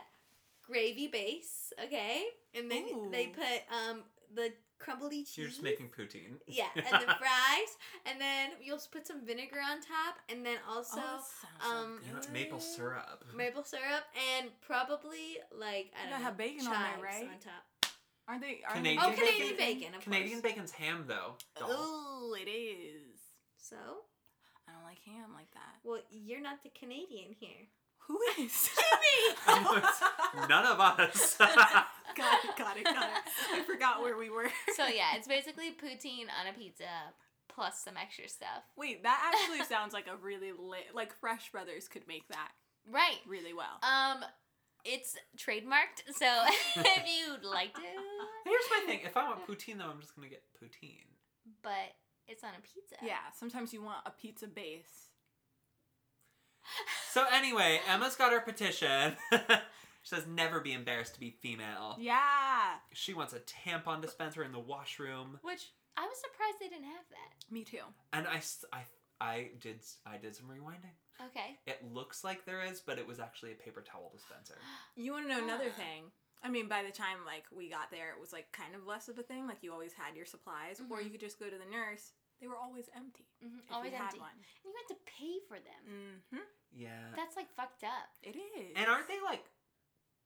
gravy base. Okay, and then they Ooh. put um the crumbly cheese. You're just making poutine. yeah, and the fries, and then you'll s- put some vinegar on top, and then Oh, also that sounds You so um, know, good. maple syrup. maple syrup, and probably like I You don't gotta know, have bacon on chives there, right? on top. Aren't they? Aren't Canadian Oh, they Canadian bacon, of Canadian course. bacon's ham, though. doll. Oh, it is. So, I don't like ham like that. well, you're not the Canadian here. Who is? None of us. got it, got it, got it. I forgot where we were. So yeah, it's basically poutine on a pizza plus some extra stuff. Wait, that actually sounds like a really lit. Like Fresh Brothers could make that Right. really well. Um, it's trademarked, so if you'd like to, Here's my thing. If I want poutine, though, I'm just gonna get poutine. but it's on a pizza. yeah, sometimes you want a pizza base. So anyway, Emma's got her petition. she says never be embarrassed to be female. Yeah, She wants a tampon dispenser in the washroom, Which I was surprised they didn't have that. me too. and I, s- I, I did, s- I did some rewinding. Okay. It looks like there is, but it was actually a paper towel dispenser. You want to know another Ah. thing? I mean, by the time like we got there, it was like kind of less of a thing. Like you always had your supplies, or Mhm. you could just go to the nurse. They were always empty. hmm if Always you had empty. one. And you had to pay for them. Mm-hmm. Yeah. That's like fucked up. It is. And aren't they like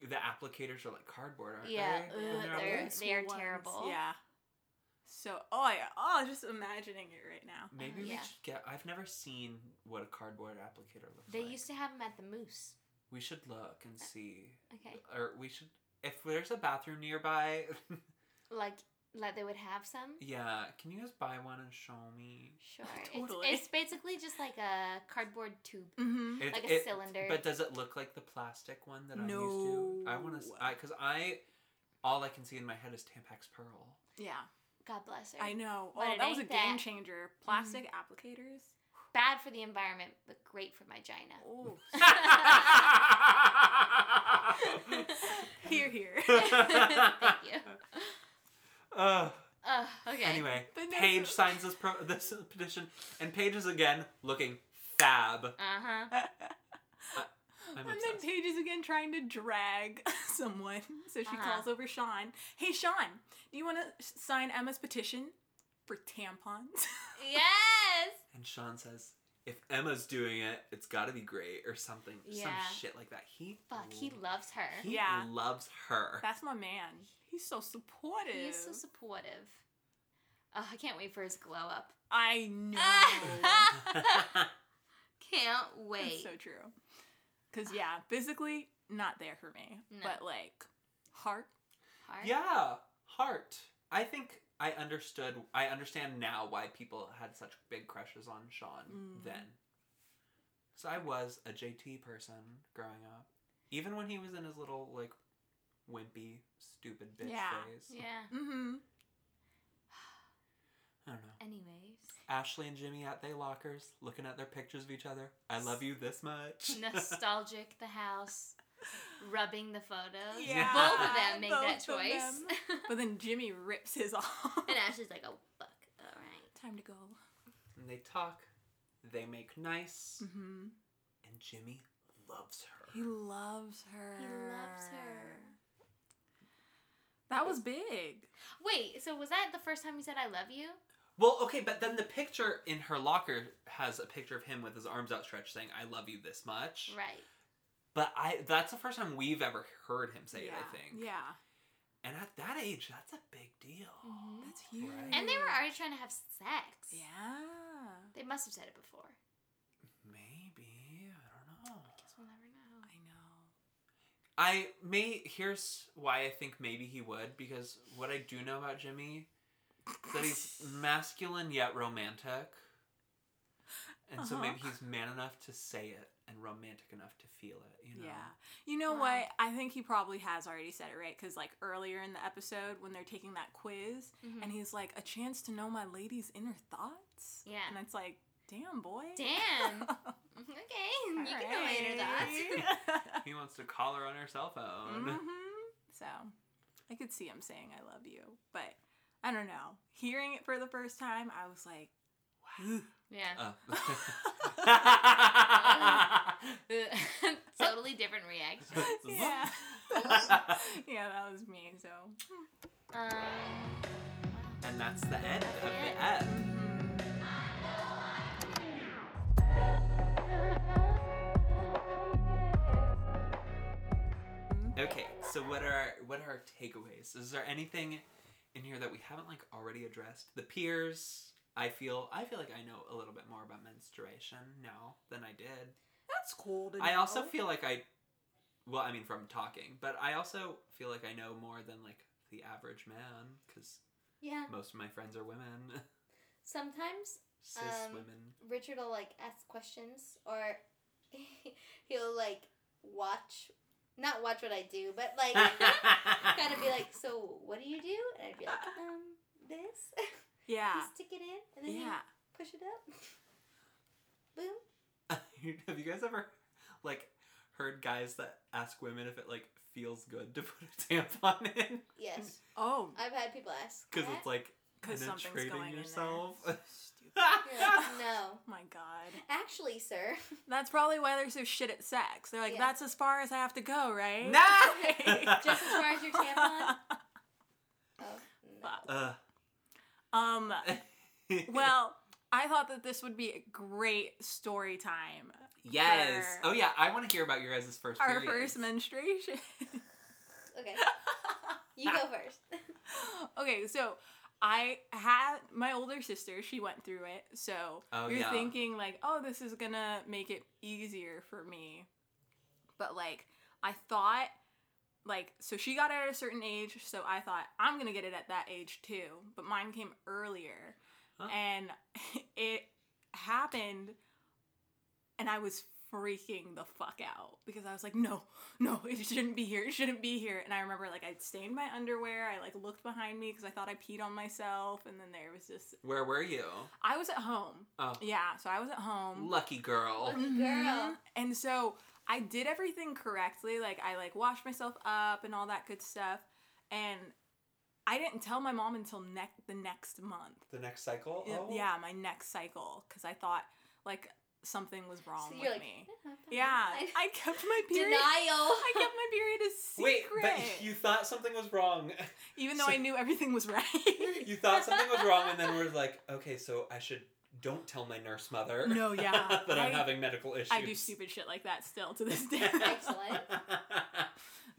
the applicators are like cardboard, aren't Yeah, uh, they? And ugh, all they're- loose. they are ones. terrible. Yeah. So, oh yeah, oh, just imagining it right now. Maybe we yeah. should get. I've never seen what a cardboard applicator looks They like. used to have them at the Moose. we should look and see. Okay. Or we should. If there's a bathroom nearby, Like, like they would have some. yeah. Can you guys buy one and show me? Sure. Totally. It's, it's basically just like a cardboard tube. Mm-hmm. It- Like a it- cylinder. But does it look like the plastic one that I'm used to? I want to. No. I because I, all I can see in my head is Tampax Pearl. Yeah, God bless her. I know. But Oh, it that was a ain't game that. changer. Plastic Mm-hmm. applicators. Bad for the environment, but great for my gina. Oh, Here, here, here. Thank you. Uh, Ugh, okay. Anyway, The next- Paige signs this pro- this petition, and Paige is again looking fab. Uh huh. I'm and obsessed. then Paige is again trying to drag someone. So she Uh-huh. calls over Sean. Hey, Sean, do you want to sign Emma's petition for tampons? Yes. And Sean says, "If Emma's doing it, it's got to be great or something, some Yeah. shit like that." He Fuck, he l- loves her. he Yeah. loves her. That's my man. He's so supportive. He is so supportive. Oh, I can't wait for his glow up. I know. can't That's wait. so true. Cause yeah, physically not there for me, No. but like heart. Heart. yeah, heart. I think I understood. I understand now why people had such big crushes on Sean Mm. then. So I was a JT person growing up, even when he was in his little like wimpy, stupid bitch Yeah. phase. Yeah. Mm-hmm. I don't know. Anyways, Ashley and Jimmy at their lockers, looking at their pictures of each other. I love you this much. nostalgic the house, rubbing the photos. Yeah. Both of them make that Both of choice. them. but then Jimmy rips his off. and Ashley's like, oh fuck, all right. Time to go. And they talk, they make nice, Mm-hmm. and Jimmy loves her. He loves her. He loves her. That was big. Wait, so was that the first time you said I love you? Well, okay, but then the picture in her locker has a picture of him with his arms outstretched saying, I love you this much. Right. But I that's the first time we've ever heard him say it, I think. Yeah. And at that age, that's a big deal. Mhm. That's huge. Right. And they were already trying to have sex. Mm. Yeah. They must have said it before. Maybe. I don't know. Guess we'll never know. I know. I may here's why I think maybe he would because what I do know about Jimmy is that he's masculine yet romantic, and so Uh-huh. maybe he's man enough to say it and romantic enough to feel it. You know. Yeah. You know Wow. what? I think he probably has already said it right because, like, earlier in the episode when they're taking that quiz, Mhm. and he's like, a chance to know my lady's inner thoughts. Yeah. And it's like, damn, boy. Damn. okay. You can know later that. He wants to call her on her cell phone. hmm So, I could see him saying, I love you. But I don't know. Hearing it for the first time, I was like, yeah. Oh. totally different reaction. yeah. yeah, that was me. So, Um, and that's the end of the app. Okay, so what are our, what are our takeaways? Is there anything in here that we haven't like already addressed? The peers. I feel I feel like I know a little bit more about menstruation now than I did. that's cool. To I also feel like I, well, I mean from talking, but I also feel like I know more than like the average man because yeah. most of my friends are women, Sometimes cis Um, women. Richard will like ask questions, or he'll like watch, not watch what I do, but like kind of be like, "So what do you do?" And I'd be like, "Um, this." yeah, You stick it in, and then yeah. you push it up. Boom. Have you guys ever like heard guys that ask women if it like feels good to put a tampon in? Yes, Oh, I've had people ask. Because that. it's like because something's Penetrating going yourself. in there. Stupid. You're like, no, My God, actually, sir. that's probably why they're so shit at sex. They're like, Yeah. that's as far as I have to go, right? No! Just as far as your tampon? Oh, no. Fuck. uh, um. Well, I thought that this would be a great story time. yes. for- Oh yeah, I want to hear about your guys' first. Our periods. first menstruation. Okay, you go first. okay, so I had my older sister, she went through it. So Oh, you're yeah. thinking, like, oh, this is going to make it easier for me. But, like, I thought, like, so she got it at a certain age. So I thought, I'm going to get it at that age too. But mine came earlier. Huh. And it happened. And I was freaking the fuck out because I was like, no, no, it shouldn't be here. It shouldn't be here. And I remember like I stained my underwear. I like looked behind me because I thought I peed on myself. And then there was just Where were you? I was at home. Oh, Yeah, so I was at home. lucky girl. Lucky Mhm. girl. And so I did everything correctly. Like I like washed myself up and all that good stuff. And I didn't tell my mom until neck the next month. The next cycle? Oh. Y- Yeah, my next cycle because I thought like something was wrong So with you're like, me. "Yeah, Yeah, I kept my period. Denial. I kept my period a Wait, secret. but you thought something was wrong. Even though so- I knew everything was right. you thought something was wrong, and then we're like, okay, so I should don't tell my nurse mother. No, yeah. that I, am I- having medical issues. I do stupid shit like that still to this day. Excellent.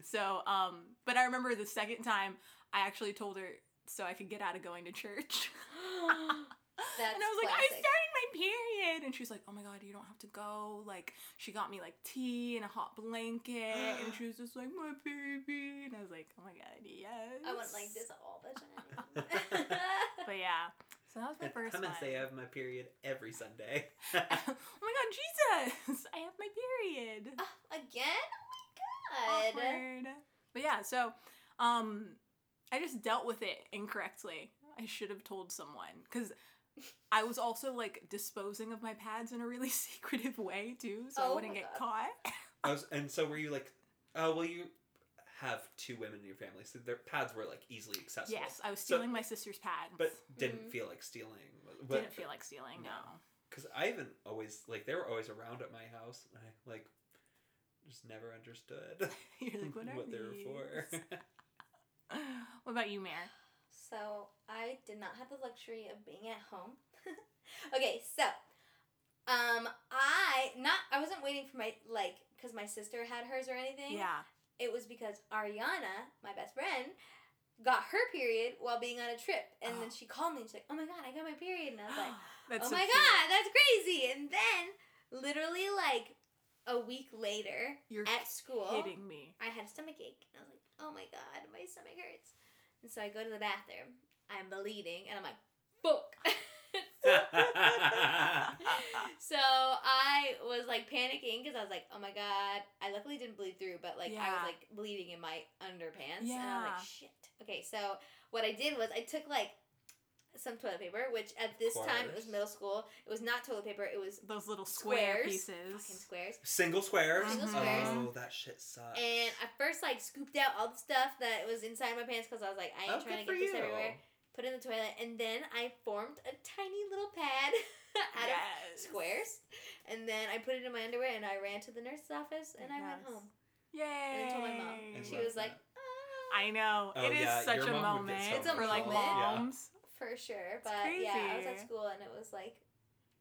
so, um, but I remember the second time I actually told her so I could get out of going to church. That's and I was like, I classic. started my period. And she was like, oh my God, you don't have to go. Like, she got me like tea and a hot blanket. and she was just like, my baby. And I was like, oh my God, yes. I went like this all the time. But yeah. So that was my And first Come and one. say I have my period every Sunday. oh my god, Jesus! I have my period. Again? Oh my god. Awkward. But yeah, so um, I just dealt with it incorrectly. I should have told someone because I was also like disposing of my pads in a really secretive way too, so Oh I wouldn't my get God. caught. I was, and so were you like, oh, well, you have two women in your family, so their pads were like easily accessible. Yes, I was So- stealing my sister's pads. But didn't Mhm. feel like stealing. didn't feel like stealing. No. No. Because I even always, like, they were always around at my house, and I, like, just never understood You're like, what are what they were these? for. what about you, Mare? So I did not have the luxury of being at home. okay, so um I not I wasn't waiting for my like cuz my sister had hers or anything. Yeah. It was because Ariana, my best friend, got her period while being on a trip and then Oh. she called me and she's like, "Oh my god, I got my period." And I was like, That's "Oh so my cute. god, that's crazy." And then literally like a week later You're at school, hitting me. I had a stomach ache. And I was like, oh my god, my stomach hurts. And so I go to the bathroom. I'm bleeding, and I'm like, fuck. so I was like panicking because I was like, oh my god. I luckily didn't bleed through, but like I Yeah. was like bleeding in my underpants. And I was Yeah. like, shit. Okay, so what I did was I took like some toilet paper, which at this time it was Course. middle school. It was not toilet paper, it was Those little square Squares. fucking pieces. squares. Single squares? Single squares. Oh, that shit sucks. And I first like scooped out all the stuff that was inside my pants because I was like, I ain't Oh, trying to good get for this you. everywhere. Put it in the toilet, and then I formed a tiny little pad out of Yes. squares, and then I put it in my underwear, and I ran to the nurse's office, and I went Yes. home. Yay! And I told my mom, I and she love was like, that. ah, I know. Oh, it is yeah, such your a mom would moment get so It's a for like moment. Yeah. moms. "Oh, for sure. It's But yeah, I was at crazy. school, and it was like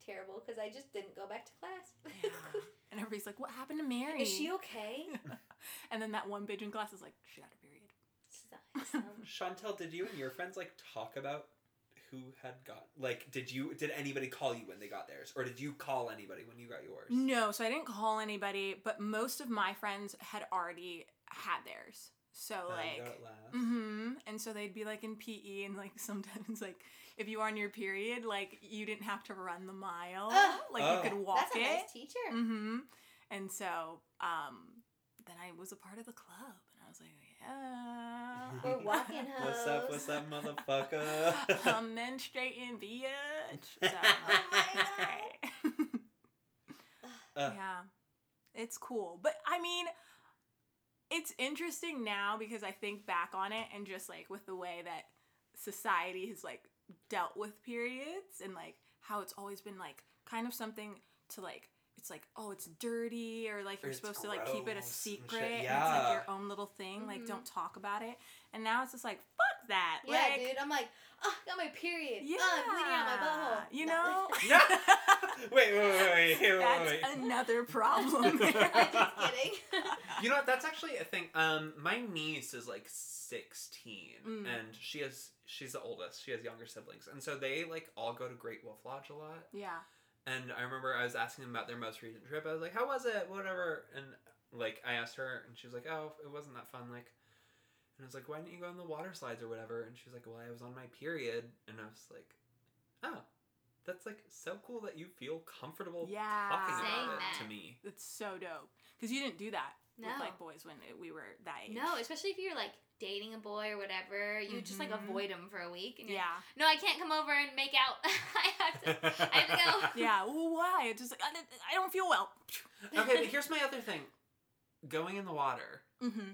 terrible because I just didn't go back to class. And everybody's like, "What happened to Mary?" Is she okay? and then that one bitch in class is like, "She had a period." She's not- she's not- Chantel, did you and your friends like talk about who had got like did you did anybody call you when they got theirs or did you call anybody when you got yours? No, so I didn't call anybody, but most of my friends had already had theirs. So Oh, you like. got it last. Mm-hmm. And so they'd be like in PE, and like sometimes, like if you were on your period, like you didn't have to run the mile, Ugh. like Oh. you could walk That's a it. nice teacher. Mm-hmm. And so, um, then I was a part of the club, and I was like, yeah. We're walking home. What's up, what's up, motherfucker? I'm menstruating, bitch. So, Oh Uh. yeah, it's cool, but I mean. It's interesting now because I think back on it and just like with the way that society has like dealt with periods and like how it's always been like kind of something to like it's like oh it's dirty or like Or you're it's supposed to like keep it a gross and shit. secret and it's like Yeah. your own little thing like Mhm. don't talk about it and now it's just like fuck that Yeah, like dude. I'm like, oh, I got my period. Yeah. Oh, I'm bleeding out my butthole. you No. know No. Wait, wait, wait, wait, wait, wait, wait. That's another problem. I'm just kidding. You know what? That's actually a thing. Um, my niece is like sixteen, Mm. and she has she's the oldest. She has younger siblings, and so they like all go to Great Wolf Lodge a lot. yeah. And I remember I was asking them about their most recent trip. I was like, "How was it? Whatever." And like I asked her, and she was like, "Oh, it wasn't that fun." Like, and I was like, "Why didn't you go on the water slides or whatever?" And she was like, "Well, I was on my period," and I was like, "Oh, that's like so cool that you feel comfortable Yeah. talking Saying about that. it to me." That's so dope. Because you didn't do that No. with like boys when we were that age. No, especially if you're like dating a boy or whatever, you just like Mm-hmm. Mhm. avoid him for a week. And you're Yeah. like, no, I can't come over and make out. I have to. I have to go. Yeah. Well, why? It's just like, I, don't- I don't feel well. okay, but here's my other thing: going in the water. Mm-hmm.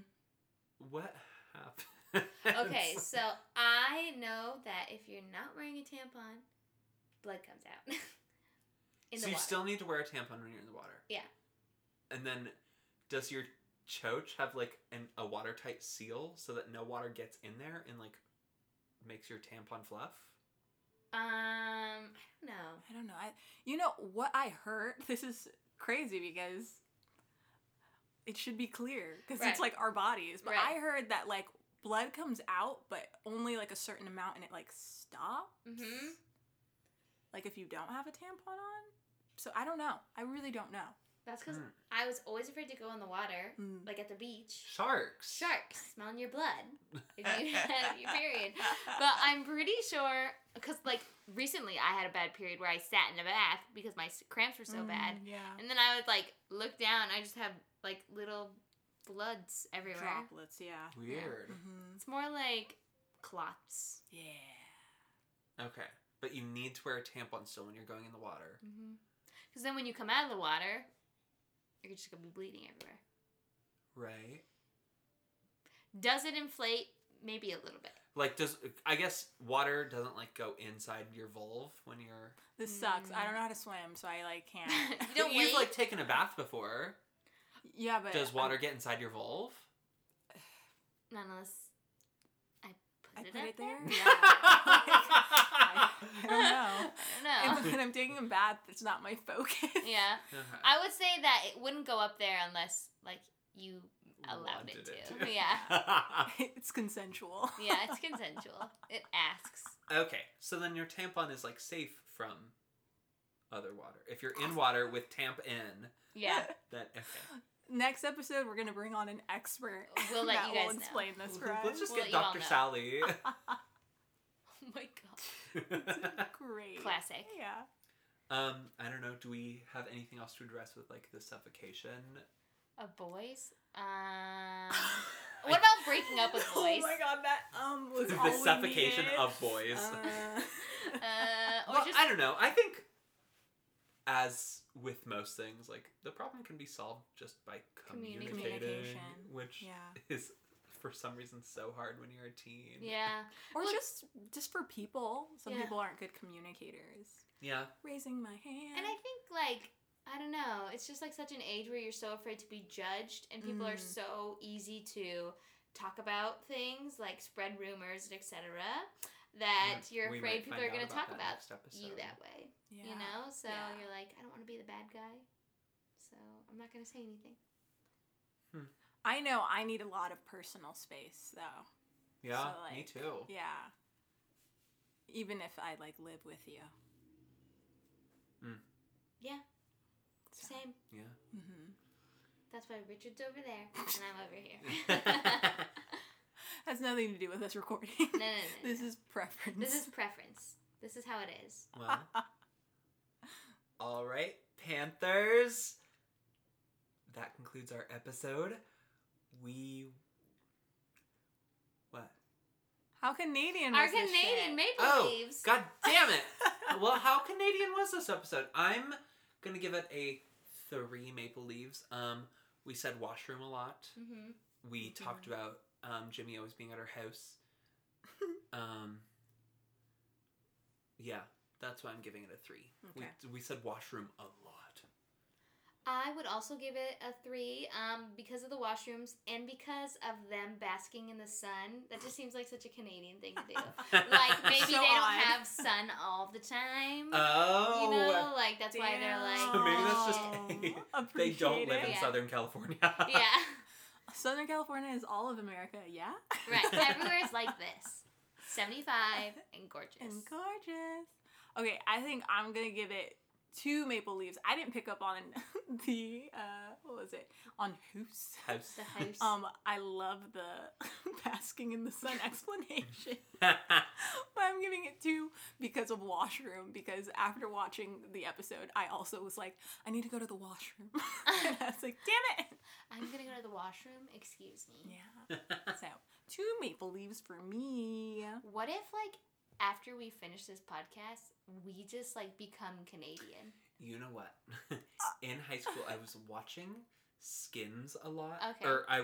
What happened? Okay, so I know that if you're not wearing a tampon, blood comes out. In so the you water. still need to wear a tampon when you're in the water. Yeah. And then, does your choach have like an, a watertight seal so that no water gets in there and like makes your tampon fluff? Um, I don't know. I don't know. I, you know what I heard? This is crazy because it should be clear because Right. it's like our bodies. But Right. I heard that like blood comes out, but only like a certain amount, and it like stops. Mm-hmm. Like if you don't have a tampon on. So I don't know. I really don't know. That's because Hmm. I was always afraid to go in the water, Mm. like at the beach. Sharks. Sharks smelling your blood if you have your period. But I'm pretty sure because like recently I had a bad period where I sat in a bath because my s- cramps were so bad, Mm, yeah. and then I would like look down. I just have like little bloods everywhere. Droplets. Yeah. Weird. hmm It's more like clots. Yeah. Mm-hmm. Okay, but you need to wear a tampon still when you're going in the water. Because Mm-hmm. then when you come out of the water, you're just gonna be bleeding everywhere. Right. Does it inflate? Maybe a little bit. Like does I guess water doesn't like go inside your vulve when you're This sucks. I Mm. don't know how to swim, so I like can't. You don't You've wait. like taken a bath before. yeah, but Does water um, get inside your vulve? Not unless I put I it put up it there? Yeah. I don't know. I don't know. when I'm taking a bath, it's not my focus. yeah, I would say that it wouldn't go up there unless like you allowed it to. Yeah. It's consensual. yeah, it's consensual. It asks. okay, so then your tampon is like safe from other water. If you're in water with tamp in, Yeah, then okay. Next episode, we're gonna bring on an expert. We'll let that you guys will know. explain this for us. Let's just We'll get let you all Dr. know. Sally. oh my god, Great. classic. Yeah. um, I don't know. Do we have anything else to address with like the suffocation? Of boys. Um, what about breaking up with Oh boys? my god, that um was all the we suffocation needed. of boys? Uh, Uh, or well, just I don't know. I think, as with most things, like the problem can be solved just by communicating, Communication. which Yeah. is for some reason so hard when you're a teen. yeah. or Look- just just for people. Some Yeah. people aren't good communicators. Yeah. Raising my hand. And I think like I don't know, it's just like such an age where you're so afraid to be judged and people are Mm. so easy to talk about things like spread rumors and etc. that Mm, you're we afraid might people find are out going to talk that about next episode. you that way. yeah. You know? So Yeah. you're like, I don't want to be the bad guy. So I'm not going to say anything. I know I need a lot of personal space though. Yeah, So, me like, too. Yeah. Even if I like live with you. Yeah, same. Yeah. hmm That's why Richard's over there and I'm over here. Has nothing to do with us recording. no, no, no. this no. is preference. this is preference. This is how it is. Well. all right, Panthers. That concludes our episode. We. What? how Canadian. Our was this Canadian shit? Maple Oh, Leaves. god damn it! well, how Canadian was this episode? I'm gonna give it a three maple leaves. Um, we said washroom a lot. Mm-hmm. We talked about um, Jimmy always being at her house. um, yeah, that's why I'm giving it a three. Okay. We, we said washroom a lot. I would also give it a three um, because of the washrooms and because of them basking in the sun. That just seems like such a Canadian thing to do. like maybe they So don't odd. have sun all the time. Oh. you know, like that's why they're like. So maybe that's just- Damn. they don't Appreciate live in it. Yeah. Southern California. yeah, Southern California is all of America, yeah? right. Everywhere is like this. Seventy-five and gorgeous. And gorgeous. Okay, I think I'm gonna give it two maple leaves. I didn't pick up on the uh what was it? On who's House. the house. um, I love the basking in the sun explanation, but I'm giving it two because of washroom. Because after watching the episode, I also was like, I need to go to the washroom. and I was like, damn it. I'm gonna go to the washroom. Excuse me. Yeah. So, two maple leaves for me. What if like after we finish this podcast, we just like become Canadian? you know what? in high school, I was watching Skins a lot. Okay. Or I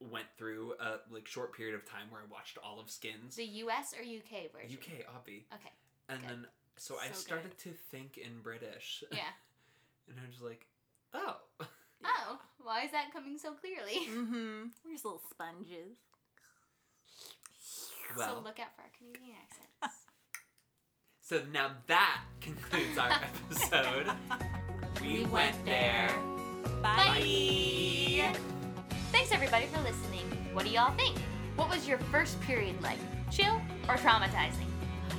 went through a like short period of time where I watched all of Skins. The U.S. or U.K. version? UK, obvi. Okay. And Good. then so I So started to think in British, Yeah. and I was like, oh, Oh, why is that coming so clearly? Mm-hmm. We're just little sponges. well. So look out for our Canadian accents. So now that concludes our episode. we, We went, went there. Bye. Thanks everybody for listening. What do y'all think? What was your first period like? Chill or traumatizing?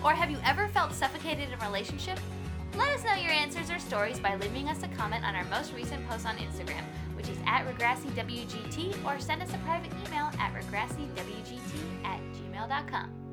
Or have you ever felt suffocated in a relationship? Let us know your answers or stories by leaving us a comment on our most recent post on Instagram, which is at RegrassiWGT, or send us a private email at RegrassiWGT at gmail.com.